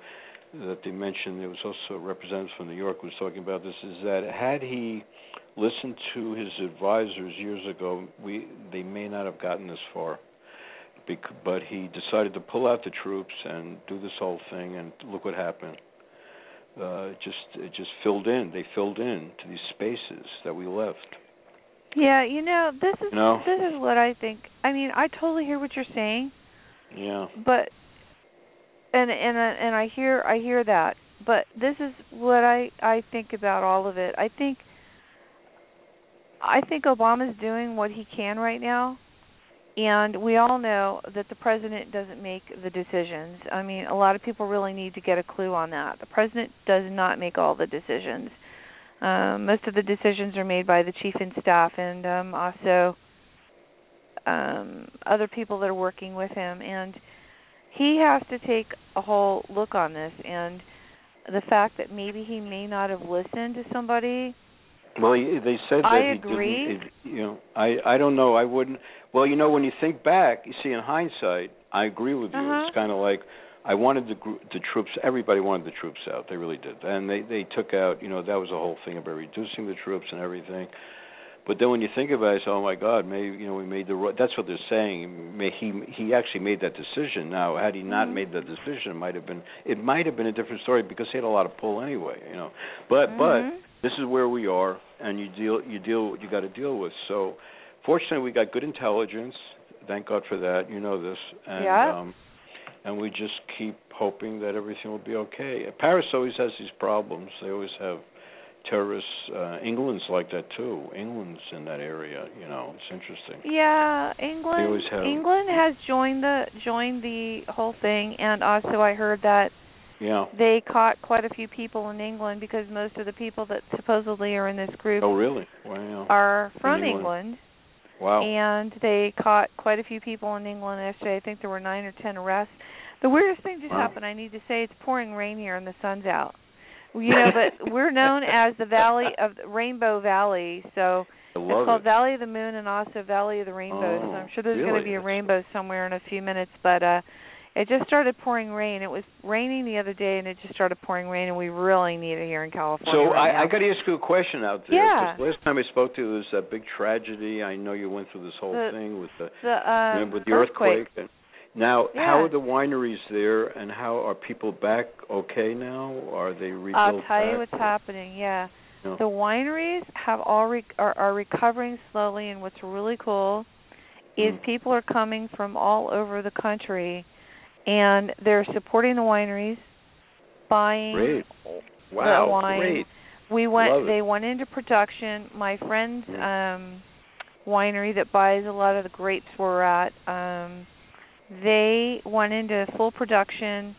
S5: that they mentioned. There was also representatives from New York was talking about this. Is that had he listened to his advisors years ago, we they may not have gotten this far. Bec- but he decided to pull out the troops and do this whole thing, and look what happened uh, just it just filled in. They filled in to these spaces that we left.
S4: Yeah, you know, this is
S5: You know?
S4: this is what I think. I mean, I totally hear what you're saying.
S5: Yeah.
S4: but and and I- and I hear I hear that, but this is what I I think about all of it. I think I think Obama's doing what he can right now, and we all know that the president doesn't make the decisions. I mean, a lot of people really need to get a clue on that. The president does not make all the decisions. Um, most of the decisions are made by the chief and staff, and um, also um, other people that are working with him. And he has to take a whole look on this, and the fact that maybe he may not have listened to somebody.
S5: Well, he, they said that
S4: I
S5: he
S4: agree.
S5: didn't. it- you know, I I don't know. I wouldn't. Well, you know, when you think back, you see in hindsight, I agree with you.
S4: Uh-huh.
S5: It's kind of like I wanted the gr- the troops. Everybody wanted the troops out. They really did, and they they took out. You know, that was the whole thing about reducing the troops and everything. But then when you think about it, you say, oh my God, maybe you know we made the right. That's what they're saying. May he he actually made that decision. Now, had he not
S4: Mhm.
S5: made that decision, it might have been it might have been a different story because he had a lot of pull anyway. You know, but but
S4: Mhm.
S5: this is where we are and you deal you deal what you got to deal with so fortunately we got good intelligence thank god for that you know this and
S4: Yeah.
S5: um and we just keep hoping that everything will be okay paris always has these problems they always have terrorists uh england's like that too england's in that area you know it's interesting
S4: Yeah, England.
S5: always have-
S4: England has joined the joined the whole thing, and also I heard that
S5: yeah
S4: they caught quite a few people in England because most of the people that supposedly are in this group
S5: oh really wow
S4: are from
S5: In
S4: England,
S5: England. wow
S4: and they caught quite a few people in England yesterday. I think there were nine or ten arrests. The weirdest thing just
S5: Wow.
S4: happened. I need to say it's pouring rain here and the sun's out. You know, but we're known as the Valley of Rainbow Valley, so
S5: i
S4: it's
S5: love
S4: called
S5: it
S4: Valley of the Moon and also Valley of the Rainbow. so
S5: Oh,
S4: I'm sure there's going
S5: really?
S4: to be a
S5: That's-
S4: rainbow somewhere in a few minutes, but uh it just started pouring rain. It was raining the other day and it just started pouring rain and we really need it here in California.
S5: So
S4: right
S5: I, I
S4: now.
S5: got to ask you a question out there.
S4: Yeah.
S5: 'cause Last time I spoke to you, there was that big tragedy. I know you went through this whole
S4: The-
S5: thing with the
S4: the um
S5: remember the earthquake. And now, how
S4: Yeah.
S5: are the wineries there, and how are people back? Okay now, are they rebuilt?
S4: I'll tell you
S5: back?
S4: what's happening. Yeah.
S5: No.
S4: The wineries have all re- are are recovering slowly and what's really cool is
S5: Mm.
S4: people are coming from all over the country and they're supporting the wineries buying
S5: Great.
S4: the
S5: Wow,
S4: wine.
S5: great.
S4: We went
S5: Love it.
S4: they went into production. My friend's
S5: Mm.
S4: um winery that buys a lot of the grapes we're at, um they went into full production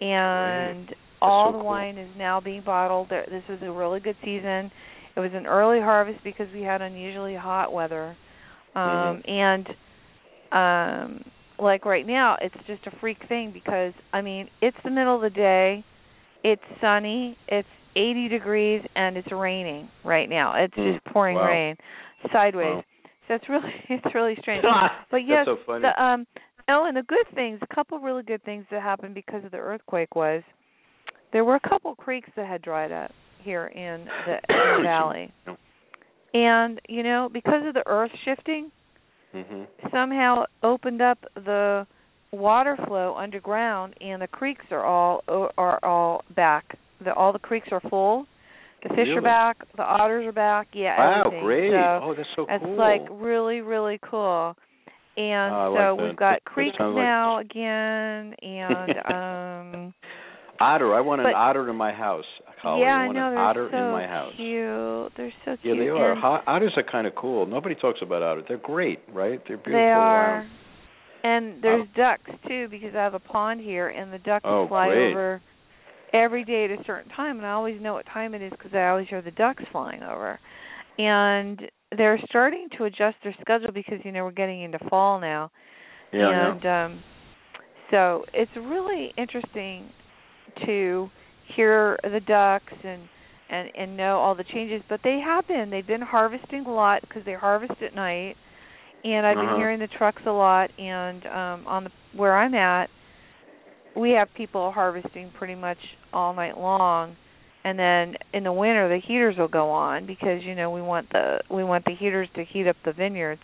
S4: and all
S5: so
S4: the
S5: cool.
S4: wine is now being bottled. There, this was a really good season. It was an early harvest because we had unusually hot weather.
S5: Mm-hmm.
S4: Um and um like right now it's just a freak thing because I mean, it's the middle of the day it's sunny, it's 80 degrees, and it's raining right now. It's
S5: Mm,
S4: just pouring
S5: wow.
S4: rain sideways.
S5: Wow.
S4: So it's really it's really strange. But yes,
S5: That's so funny.
S4: the um oh, and the good things, a couple really good things that happened because of the earthquake was there were a couple creeks that had dried up here in the, in the valley.
S5: Yeah.
S4: And you know, because of the earth shifting,
S5: hmm
S4: somehow opened up the water flow underground and the creeks are all are all back the all the creeks are full the fish
S5: Really?
S4: are back the otters are back yeah
S5: Wow,
S4: everything.
S5: great!
S4: so
S5: oh, that's so
S4: it's
S5: cool.
S4: like really really cool and
S5: Oh, I
S4: so
S5: like that.
S4: we've got
S5: That
S4: creeks
S5: sounds like-
S4: now again and um
S5: otter. I want an
S4: but-
S5: otter in my house. Colin.
S4: yeah
S5: I
S4: i
S5: want
S4: know
S5: an
S4: they're
S5: otter
S4: so
S5: in my house.
S4: cute they're so
S5: Yeah,
S4: cute
S5: they are.
S4: and
S5: Ho- Otters are kind of cool. Nobody talks about otters. They're great, right? They're beautiful.
S4: They are.
S5: Wow.
S4: And there's ducks too because I have a pond here, and the ducks
S5: Oh,
S4: fly
S5: great.
S4: over every day at a certain time, and I always know what time it is because I always hear the ducks flying over. And they're starting to adjust their schedule because you know we're getting into fall now,
S5: Yeah, yeah.
S4: and um, so it's really interesting to hear the ducks and and and know all the changes. But they have been they've been harvesting a lot because they harvest at night, and I've
S5: Uh-huh.
S4: been hearing the trucks a lot. And um, on the where I'm at, we have people harvesting pretty much all night long. And then in the winter the heaters will go on because you know we want the we want the heaters to heat up the vineyards.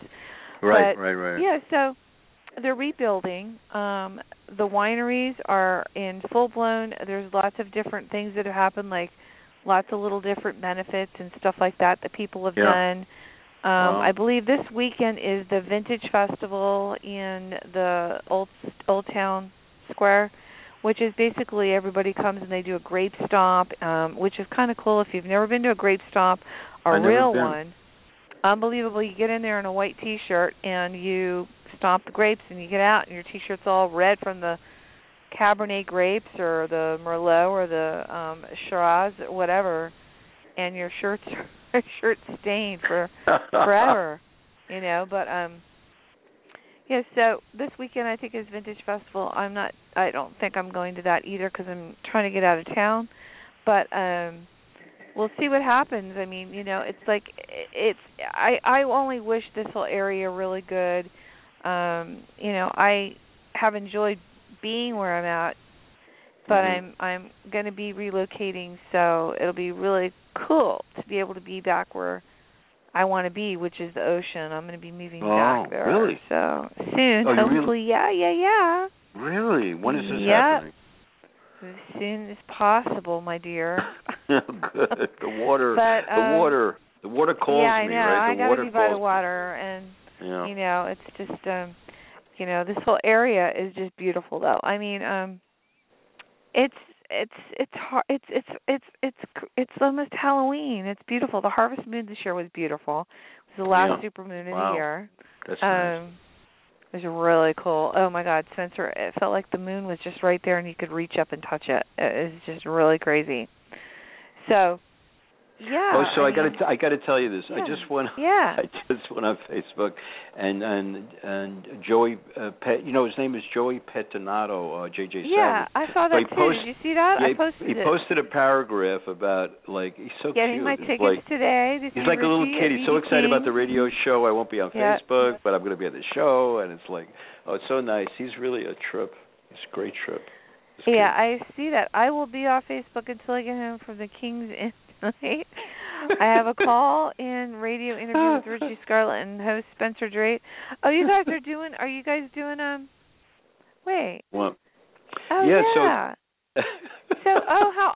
S5: Right,
S4: But,
S5: right, right.
S4: Yeah, so they're rebuilding. Um the wineries are in full blown there's lots of different things that have happened like lots of little different benefits and stuff like that that people have
S5: Yeah.
S4: done. Um
S5: Wow.
S4: I believe this weekend is the Vintage Festival in the old old town square which is basically everybody comes and they do a grape stomp um which is kind of cool if you've never been to a grape stomp a
S5: I've never
S4: real
S5: been.
S4: one unbelievable. You get in there in a white T-shirt and you stomp the grapes, and you get out, and your T-shirt's all red from the Cabernet grapes or the Merlot or the um Shiraz, whatever, and your shirts your shirt's stained for uh, forever, you know. But um, yeah. So this weekend I think is Vintage Festival. I'm not. I don't think I'm going to that either because I'm trying to get out of town. But um, we'll see what happens. I mean, you know, it's like it's. I I only wish this whole area really good. Um, you know, I have enjoyed being where I'm at, but
S5: Mhm.
S4: I'm I'm going to be relocating, so it'll be really cool to be able to be back where I want to be, which is the ocean. I'm going to be moving
S5: Oh,
S4: back there,
S5: really?
S4: so soon,
S5: Oh, you really-
S4: hopefully. Yeah, yeah, yeah.
S5: Really? When is this
S4: Yep.
S5: happening?
S4: As soon as possible, my dear.
S5: Good. The water.
S4: But, um,
S5: the water. The water calls
S4: yeah, I
S5: me,
S4: know.
S5: right?
S4: I
S5: The
S4: gotta
S5: water
S4: be by the
S5: calls me.
S4: water, and
S5: Yeah.
S4: you know, it's just um, you know, this whole area is just beautiful, though. I mean, um, it's it's it's har- it's it's it's it's cr- it's almost Halloween. It's beautiful. The harvest moon this year was beautiful. It was the last
S5: Yeah.
S4: super moon of
S5: Wow.
S4: the year.
S5: That's nice.
S4: Um, it was really cool. Oh my God, Spencer! It felt like the moon was just right there, and you could reach up and touch it. It was just really crazy. So, yeah.
S5: oh, so I,
S4: mean,
S5: gotta t- I gotta tell you this.
S4: yeah.
S5: I just went.
S4: Yeah.
S5: I just went on Facebook, and and and Joey uh, Pet. You know his name is Joey Pettinato. Uh, JJ.
S4: Yeah,
S5: Savage.
S4: I saw
S5: But
S4: that
S5: he
S4: too.
S5: post-
S4: Did you see that?
S5: Yeah,
S4: I posted
S5: he, he
S4: it.
S5: posted a paragraph about like he's so
S4: Getting
S5: cute.
S4: my
S5: It's
S4: tickets
S5: like,
S4: today. to
S5: He's
S4: see
S5: like a little
S4: Ricky
S5: kid.
S4: at
S5: He's
S4: BB
S5: so excited about the
S4: King.
S5: radio show. I won't be on
S4: Yeah.
S5: Facebook, but I'm going to be at the show, and it's like, oh, it's so nice. He's really a trip. It's a great trip. It's
S4: Yeah, I see that. I will be off Facebook until I get home from the Kings Inn tonight. I have a call and radio interview with Richie Scarlett and host Spencer Drake. Oh, you guys are doing? Are you guys doing? Um, wait.
S5: cute. Well,
S4: Oh
S5: Yeah, so-
S4: yeah. So, oh, how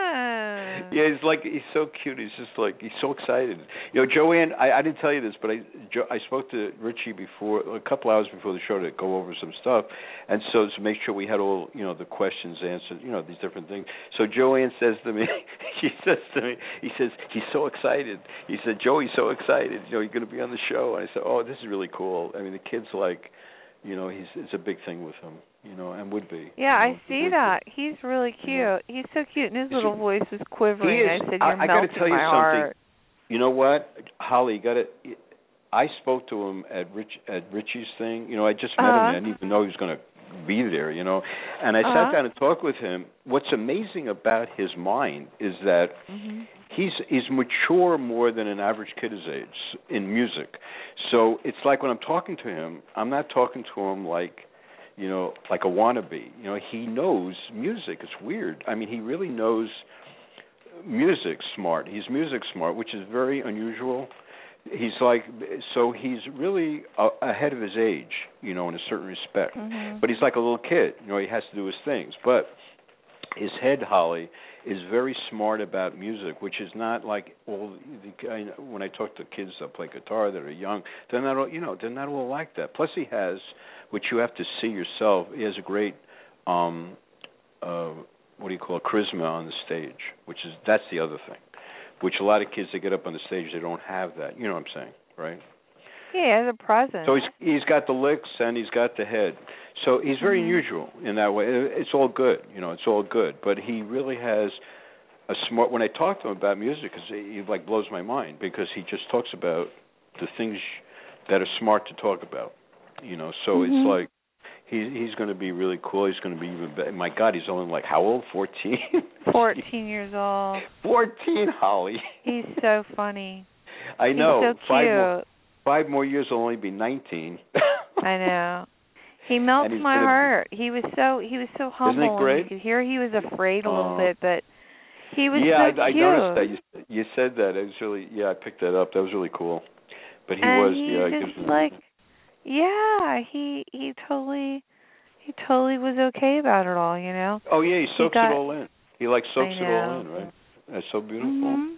S4: awesome!
S5: Yeah, he's like he's so cute. He's just like he's so excited. You know, Joanne, I, I didn't tell you this, but I jo, I spoke to Richie before a couple hours before the show to go over some stuff, and so to make sure we had all you know the questions answered, you know these different things. So Joanne says to me, she says to me, he says he's so excited. He said, Joey's so excited. You know, you're going to be on the show. And I said, oh, this is really cool. I mean, the kid's like, you know, he's it's a big thing with him. You know, and would be.
S4: Yeah,
S5: you know,
S4: I
S5: it
S4: see
S5: would be.
S4: that. He's really cute.
S5: Yeah.
S4: He's so cute, and his
S5: He's
S4: little
S5: a-
S4: voice was quivering.
S5: He is-
S4: I said,
S5: I-
S4: "You're
S5: I gotta
S4: melting
S5: tell you
S4: my
S5: something.
S4: heart."
S5: You know what, Holly, you got to. I spoke to him at Rich at Richie's thing. You know, I just met
S4: Uh-huh.
S5: him. I didn't even know he was going to be there. You know, and I
S4: Uh-huh.
S5: sat down and talked with him. What's amazing about his mind is that
S4: Mm-hmm.
S5: he's he's mature more than an average kid his age in music. So it's like when I'm talking to him, I'm not talking to him like you know, like a wannabe. You know, he knows music. It's weird. I mean, he really knows music smart. He's music smart, which is very unusual. He's like so he's really a, ahead of his age, you know, in a certain respect.
S4: Mhm.
S5: But he's like a little kid, you know, he has to do his things. But his head, Holly, is very smart about music, which is not like all the I, when I talk to kids that play guitar that are young, they're not all you know, they're not all like that. Plus he has which you have to see yourself, he has a great um uh what do you call it, charisma on the stage, which is that's the other thing. Which a lot of kids that get up on the stage they don't have that. You know what I'm saying, right?
S4: Yeah, as a present.
S5: So he's he's got the licks and he's got the head. So he's very
S4: Mhm.
S5: unusual in that way. It- It's all good, you know. It's all good, but he really has a smart. When I talk to him about music, cause he like blows my mind because he just talks about the things that are smart to talk about, you know. So
S4: Mhm.
S5: it's like he he's going to be really cool. He's going to be even. Better. My God, he's only like how old? Fourteen.
S4: 14 years old.
S5: Fourteen, Holly.
S4: He's so funny.
S5: I know.
S4: He's so
S5: Five more,
S4: cute.
S5: five more years will only be nineteen.
S4: I know. He melts
S5: And he's
S4: my
S5: gonna be-
S4: heart. He was so he was so humble. and You
S5: great?
S4: could hear he was afraid a little
S5: Aw.
S4: bit, but he was
S5: yeah,
S4: so
S5: I,
S4: cute.
S5: I noticed that you, you said that. It was really yeah, I picked that up. That was really cool. But he
S4: and
S5: was
S4: he
S5: yeah,
S4: just
S5: gives him-
S4: like yeah, he he totally he totally was okay about it all, you know.
S5: oh yeah, he soaks
S4: got-
S5: it all in. He like soaks it all
S4: know.
S5: in, right? That's so beautiful.
S4: Mhm.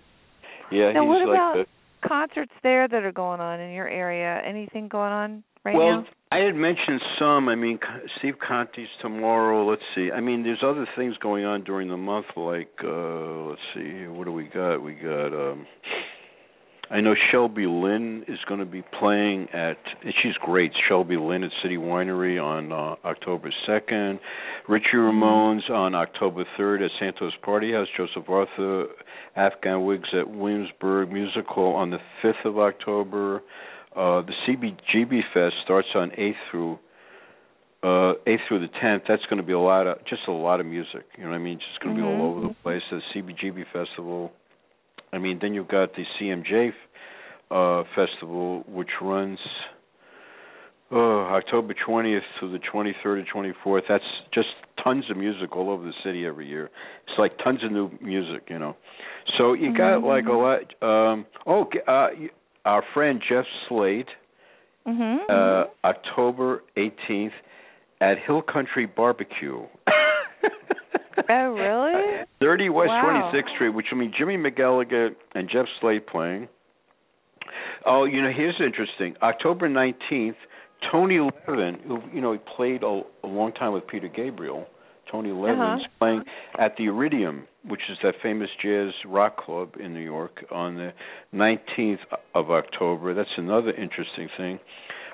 S5: Yeah,
S4: Now,
S5: he's
S4: what
S5: like
S4: about
S5: the-
S4: Concerts there that are going on in your area. Anything going on right
S5: well,
S4: now?
S5: I had mentioned some. I mean, Co- Steve Conti's tomorrow. Let's see. I mean, there's other things going on during the month. Like, uh let's see, what do we got? We got um I know Shelby Lynn is going to be playing at. and She's great, Shelby Lynn at City Winery on uh, October second. Richie
S4: Mm-hmm.
S5: Ramones on October third at Santos Party House. Joseph Arthur, Afghan Wigs at Williamsburg Music Hall on the fifth of October. Uh, the CBGB Fest starts on eighth through uh eighth through the tenth, that's gonna be a lot of just a lot of music. You know what I mean? It's just gonna be
S4: Mhm.
S5: all over the place. The CBGB festival. I mean, then you've got the CMJ uh festival which runs uh October twentieth to the twenty third and twenty fourth. That's just tons of music all over the city every year. It's like tons of new music, you know. So you got
S4: Mhm.
S5: like a lot um oh uh our friend Jeff Slade
S4: Mhm.
S5: uh, October 18th at Hill Country Barbecue.
S4: Oh, really?
S5: 30 West
S4: Wow.
S5: 26th Street, which will mean Jimmy McGallagher and Jeff Slade playing. Oh, you know, here's interesting. October 19th, Tony Levin, who, you know, he played a, a long time with Peter Gabriel. Tony Levin's
S4: Uh-huh.
S5: playing at the Iridium, which is that famous jazz rock club in New York, on the 19th of October. That's another interesting thing.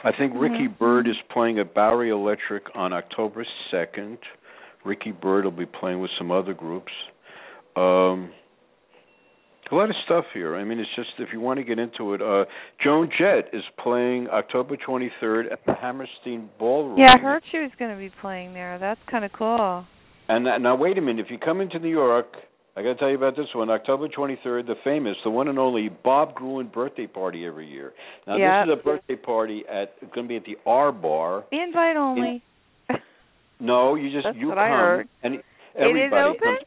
S5: I think Ricky
S4: Mhm.
S5: Bird is playing at Bowery Electric on October 2nd. Ricky Bird will be playing with some other groups. Um, a lot of stuff here. I mean, it's just if you want to get into it, uh, Joan Jett is playing October 23rd at the Hammerstein Ballroom.
S4: Yeah, I heard she was going to be playing there. That's kind of cool.
S5: And uh, now, wait a minute. If you come into New York, I got to tell you about this one. October 23rd, the famous, the one and only Bob Gruen birthday party every year. Now,
S4: Yeah.
S5: this is a birthday party at it's going to be at the R Bar.
S4: The invite only.
S5: No, you just
S4: That's
S5: you
S4: what
S5: come
S4: I heard.
S5: and
S4: it is
S5: everybody
S4: open.
S5: comes.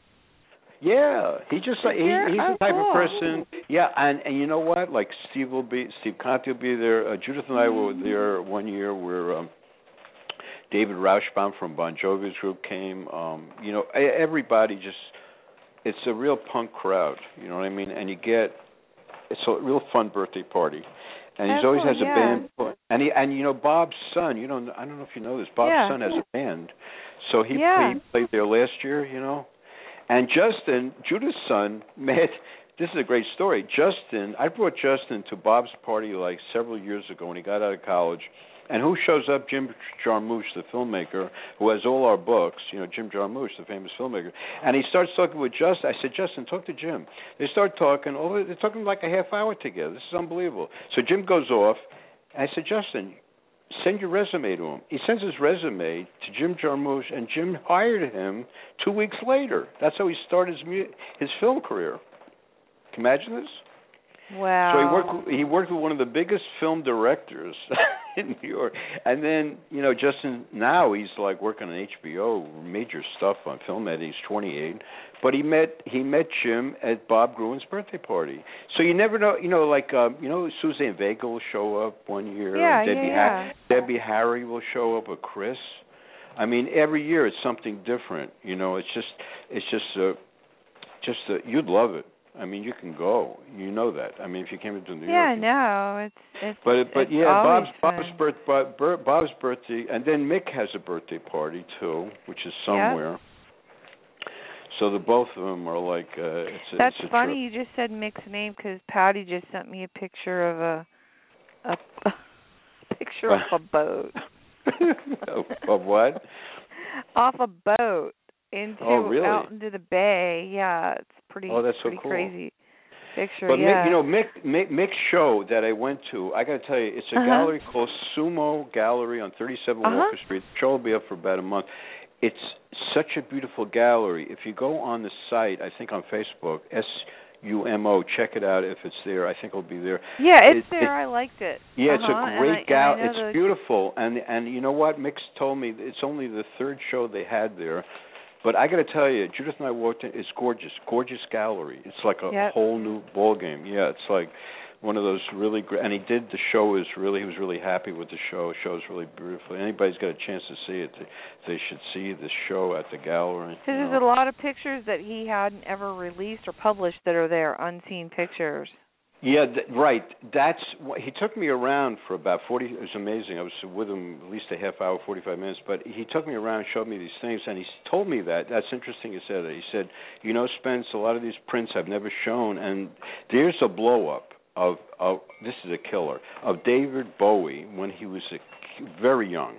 S5: Yeah, he just like he,
S4: Here?
S5: he's
S4: Oh,
S5: the type
S4: cool.
S5: of person. Yeah, and and you know what? Like Steve will be, Steve Conti will be there. Uh, Judith and I were
S4: Mm-hmm.
S5: there one year where um, David Rauschbaum from Bon Jovi's group came. Um, you know, e- everybody just it's a real punk crowd. You know what I mean? And you get it's a real fun birthday party. And he's
S4: Oh,
S5: always has
S4: yeah.
S5: a band, and he and you know Bob's son. You know, I don't know if you know this. Bob's
S4: Yeah.
S5: son has a band, so he,
S4: Yeah.
S5: he played there last year. You know, and Justin, Judah's son, met. This is a great story. Justin, I brought Justin to Bob's party like several years ago when he got out of college. And who shows up? Jim Jarmusch, the filmmaker, who has all our books. You know, Jim Jarmusch, the famous filmmaker. And he starts talking with Justin. I said, Justin, talk to Jim. They start talking. Over, they're talking like a half hour together. This is unbelievable. So Jim goes off. And I said, Justin, send your resume to him. He sends his resume to Jim Jarmusch, and Jim hired him two weeks later. That's how he started his mu- his film career. Can you imagine this?
S4: Wow.
S5: So he worked with- he worked with one of the biggest film directors in New York, and then you know Justin now he's like working on HBO, major stuff on film editing. He's 28, but he met he met Jim at Bob Gruen's birthday party. So you never know, you know, like um, you know Suzanne Vega will show up one year,
S4: Yeah,
S5: and Debbie
S4: yeah,
S5: Ha- Debbie Harry will show up, or Chris. I mean, every year it's something different. You know, it's just it's just uh, just uh, you'd love it. I mean, you can go. You know that. I mean, if you came into New
S4: yeah,
S5: York.
S4: no, it's it's.
S5: But it- but
S4: it's
S5: yeah,
S4: always
S5: Bob's Bob's
S4: fun.
S5: birth Bob, Bur- Bob's birthday, and then Mick has a birthday party too, which is somewhere. So the both of them are like uh, it's a,
S4: That's
S5: it's a
S4: funny. You just said Mick's name because Patty just sent me a picture of a a, picture of a boat.
S5: Trip. of, of what?
S4: Off a boat into
S5: Oh, really?
S4: out into the bay. Yeah, it's pretty.
S5: Oh, that's so
S4: pretty
S5: cool.
S4: crazy picture.
S5: But
S4: yeah.
S5: Mick, you know Mick, Mick Mick's show that I went to, I got to tell you, it's a
S4: Uh-huh.
S5: gallery called Sumo Gallery on 37
S4: Uh-huh.
S5: Walker Street. The show will be up for about a month. It's such a beautiful gallery. If you go on the site, I think on Facebook, S U M O, check it out if it's there. I think it'll be there.
S4: yeah, it's
S5: it-
S4: there.
S5: it-
S4: I liked it.
S5: Yeah,
S4: Uh-huh,
S5: it's
S4: and
S5: a
S4: I-
S5: great
S4: and I
S5: gallery.
S4: know
S5: It's
S4: the-
S5: beautiful, and and you know what? Mix told me it's only the third show they had there, but I got to tell you, Judith and I walked in. It's gorgeous, gorgeous gallery. It's like a
S4: Yep.
S5: whole new ball game. Yeah, it's like one of those really great. And he did the show is really he was really happy with the show. The show's really beautiful. Anybody's got a chance to see it, they, they should see the show at the gallery.
S4: So
S5: you know.
S4: there's a lot of pictures that he hadn't ever released or published that are there, unseen pictures.
S5: Yeah, th- right. That's wh- he took me around for about forty. It was amazing. I was with him at least a half hour, forty-five minutes. But he took me around, and showed me these things, and he s- told me that. That's interesting. He said that. He said, you know, Spence, a lot of these prints I've never shown, and there's a blow up. of, of this is a killer of David Bowie when he was a, ki- very young,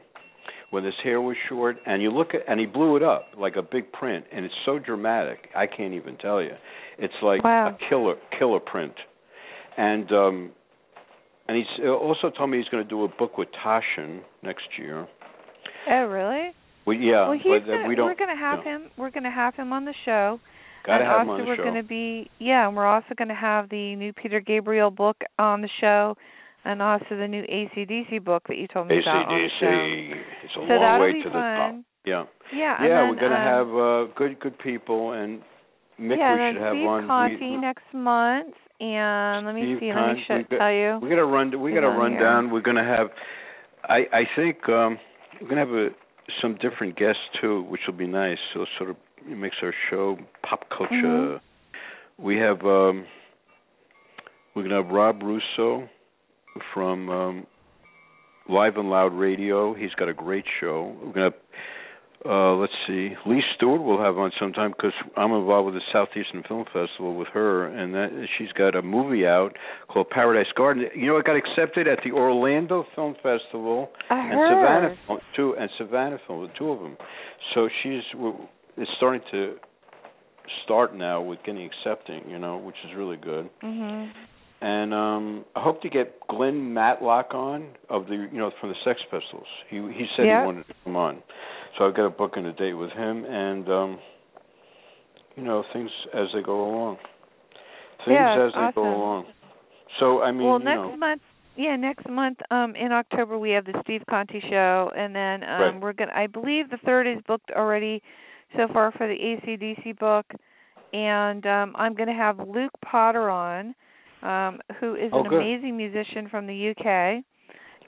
S5: when his hair was short, and you look at and he blew it up like a big print, and it's so dramatic I can't even tell you. It's like
S4: Wow.
S5: a killer killer print, and um, and he's also told me he's going to do a book with Tashin next year.
S4: Oh, really?
S5: Well, yeah,
S4: well, he's
S5: but uh,
S4: gonna,
S5: we don't.
S4: we're going to have
S5: no.
S4: him. We're going to have him on the show.
S5: Gotta
S4: and
S5: have him
S4: also
S5: on the
S4: we're
S5: show.
S4: going to be yeah, and we're also going to have the new Peter Gabriel book on the show, and also the new ACDC book that you told me about on the show.
S5: ACDC. It's a
S4: So
S5: long
S4: that'll
S5: way
S4: be
S5: to the top.
S4: fun.
S5: Yeah.
S4: Yeah, and
S5: yeah,
S4: then,
S5: we're gonna
S4: um,
S5: have uh, good good people and Mick
S4: yeah,
S5: we
S4: and
S5: should
S4: then
S5: have
S4: Steve
S5: on.
S4: Conti
S5: we,
S4: next month, and let me
S5: Steve
S4: see, let
S5: Conti,
S4: me show,
S5: we've got-
S4: tell you.
S5: we gotta run we
S4: He's
S5: gotta
S4: on
S5: run
S4: here.
S5: down. We're gonna have I I think um we're gonna have a, some different guests too, which will be nice. So it sort of makes our show pop culture. We have um we're gonna have Rob Russo from um Live and Loud Radio. He's got a great show. We're gonna uh, let's see. Lee Stewart will have on sometime because I'm involved with the Southeastern Film Festival with her, and that she's got a movie out called Paradise Garden. You know, it got accepted at the Orlando Film Festival
S4: I
S5: and
S4: heard.
S5: Savannah Film, two and Savannah Film, the two of them. So she's w- it's starting to start now with getting accepting, you know, which is really good
S4: Mhm.
S5: and um I hope to get Glenn Matlock on of the you know from the Sex Pistols. He he said
S4: Yeah.
S5: he wanted to come on, so I've got a book and a date with him, and um you know things as they go along. Things
S4: Yeah,
S5: as they
S4: awesome.
S5: go along. So I mean,
S4: well,
S5: you
S4: next
S5: know,
S4: month, yeah, next month um in October we have the Steve Conti show and then um
S5: Right.
S4: we're going to I believe the third is booked already so far for the ACDC book and um I'm going to have Luke Potter on um who is
S5: Oh,
S4: an
S5: good.
S4: amazing musician from the UK.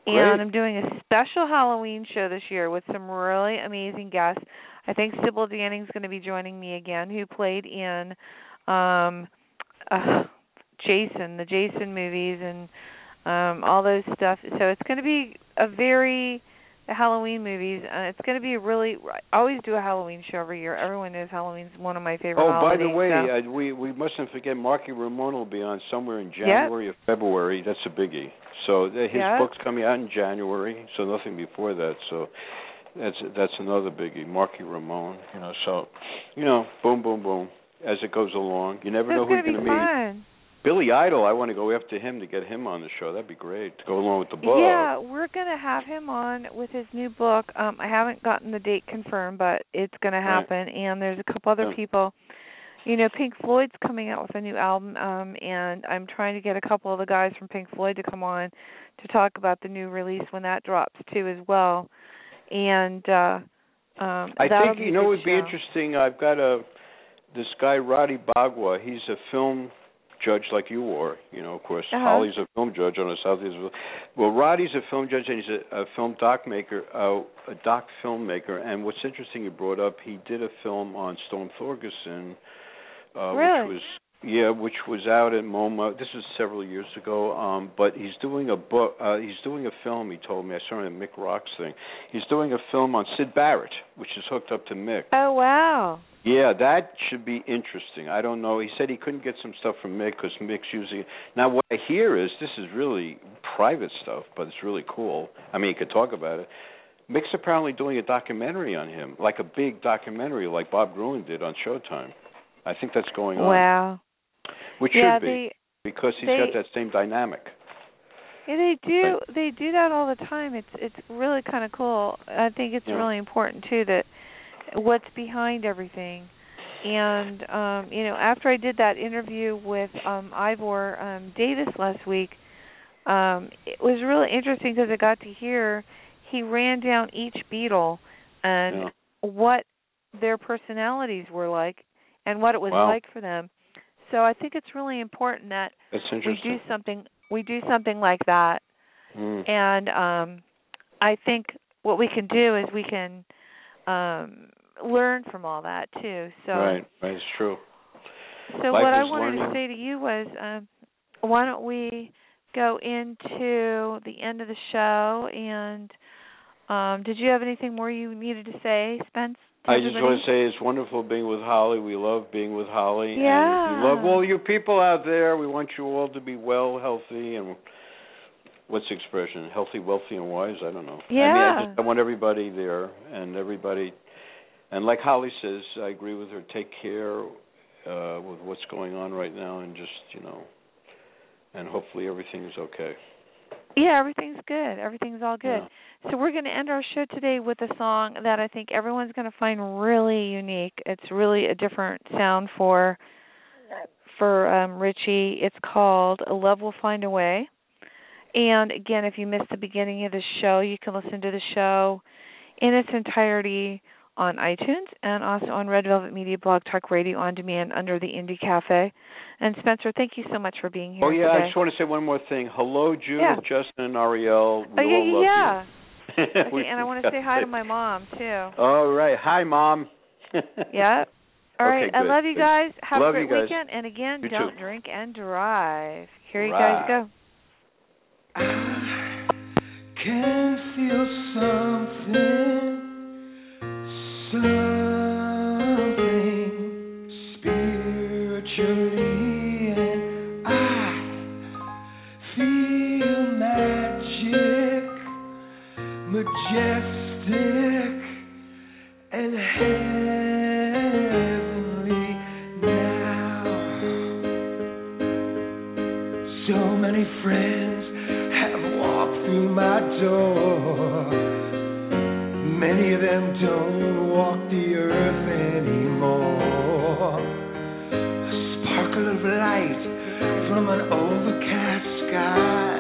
S5: Great.
S4: And I'm doing a special Halloween show this year with some really amazing guests. I think Sybil Danning's going to be joining me again, who played in um uh, Jason, the Jason movies, and um all those stuff. So it's going to be a very the Halloween movies, and it's going to be a really. I always do a Halloween show every year. Everyone knows Halloween's one of my favorite.
S5: oh by
S4: holidays,
S5: the way,
S4: so.
S5: uh, we we mustn't forget Marky Ramone will be on somewhere in January or February. That's a biggie. So uh, his
S4: Yeah.
S5: book's coming out in January, so nothing before that. So that's that's another biggie, Marky Ramone. You know, so you know, boom, boom, boom, as it goes along. You never
S4: so
S5: know
S4: it's
S5: who you're
S4: going to
S5: gonna
S4: be
S5: meet.
S4: fun.
S5: Billy Idol, I want to go after him to get him on the show. That'd be great to go along with the book.
S4: Yeah, we're going to have him on with his new book. Um I haven't gotten the date confirmed, but it's going to
S5: Right.
S4: happen. And there's a couple other
S5: Yeah.
S4: people. You know, Pink Floyd's coming out with a new album, um, and I'm trying to get a couple of the guys from Pink Floyd to come on to talk about the new release when that drops too, as well. And uh, um,
S5: I
S4: that'll
S5: think
S4: be
S5: you
S4: a
S5: know
S4: good
S5: would be
S4: show.
S5: interesting. I've got a this guy Roddy Bagua. He's a film judge like you are. You know, of course,
S4: Uh-huh.
S5: Holly's a film judge on the Southeast. Well, Roddy's a film judge and he's a, a film doc maker, uh, a doc filmmaker. And what's interesting, you brought up, he did a film on Storm Thorgerson, uh,
S4: Really?
S5: which was yeah, which was out at MoMA. This was several years ago. Um, but he's doing a book. Uh, he's doing a film. He told me. I saw it in Mick Rock's thing. He's doing a film on Sid Barrett, which is hooked up to Mick.
S4: Oh wow.
S5: Yeah, that should be interesting. I don't know. He said he couldn't get some stuff from Mick because Mick's using. Now what I hear is this is really private stuff, but it's really cool. I mean, you could talk about it. Mick's apparently doing a documentary on him, like a big documentary, like Bob Gruen did on Showtime. I think that's going on,
S4: Wow.
S5: which
S4: yeah,
S5: should be
S4: they
S5: because he's
S4: they-
S5: got that same dynamic.
S4: yeah, they do they do that all the time. It's it's really kind of cool. I think it's
S5: Yeah.
S4: really important too that what's behind everything. And um, you know, after I did that interview with um Ivor um Davis last week, um it was really interesting because I got to hear he ran down each Beatle and
S5: Yeah.
S4: what their personalities were like and what it was
S5: Wow.
S4: like for them. So I think it's really important that
S5: That's
S4: we do
S5: interesting.
S4: something we do something like that
S5: Mm.
S4: and um i think what we can do is we can um learn from all that too so
S5: right, right, it's true.
S4: so
S5: Life
S4: what i
S5: is
S4: wanted
S5: learning.
S4: to say to you was um why don't we go into the end of the show and um did you have anything more you needed to say spence
S5: I just want to say it's wonderful being with Holly. We love being with Holly. And
S4: Yeah.
S5: we love all you people out there. We want you all to be well, healthy, and what's the expression? Healthy, wealthy, and wise? I don't know. I mean, I,
S4: Yeah.
S5: just, I want everybody there and everybody. And like Holly says, I agree with her. Take care uh, with what's going on right now and just, you know, and hopefully everything's okay.
S4: Yeah, everything's good. Everything's all good.
S5: Yeah.
S4: So we're going to end our show today with a song that I think everyone's going to find really unique. It's really a different sound for for um Richie. It's called "A Love Will Find a Way." And again, if you missed the beginning of the show, you can listen to the show in its entirety on iTunes and also on Red Velvet Media Blog Talk Radio on demand under the Indie Cafe. And Spencer, thank you so much for being here
S5: Oh yeah,
S4: today.
S5: I just want to say one more thing. Hello, Judith,
S4: Yeah.
S5: Justin, and Ariel. We
S4: oh yeah,
S5: all
S4: yeah,
S5: love
S4: yeah.
S5: you.
S4: Okay, and I want to say hi to my mom too.
S5: All right, hi, mom.
S4: Yeah. All
S5: Okay,
S4: right. I
S5: good.
S4: love you guys. Have
S5: Love
S4: a great
S5: you guys.
S4: weekend. And again,
S5: You
S4: don't
S5: too.
S4: drink and drive. Here you
S5: Right.
S4: guys go.
S2: I can feel something, something spiritually, and I feel magic, majestic, and heavenly now. So many friends have walked through my door. Many of them don't walk the earth anymore. A sparkle of light from an overcast sky.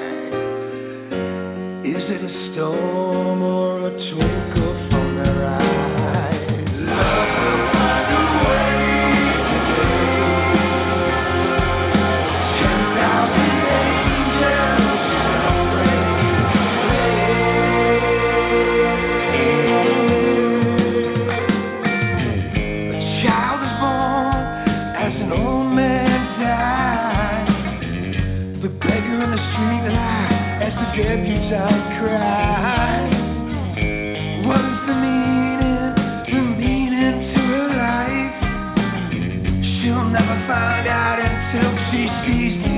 S2: Is it a storm or a twinkle from their eye? Love will find a way today. What's the meaning, the meaning to a life? She'll never find out until she sees the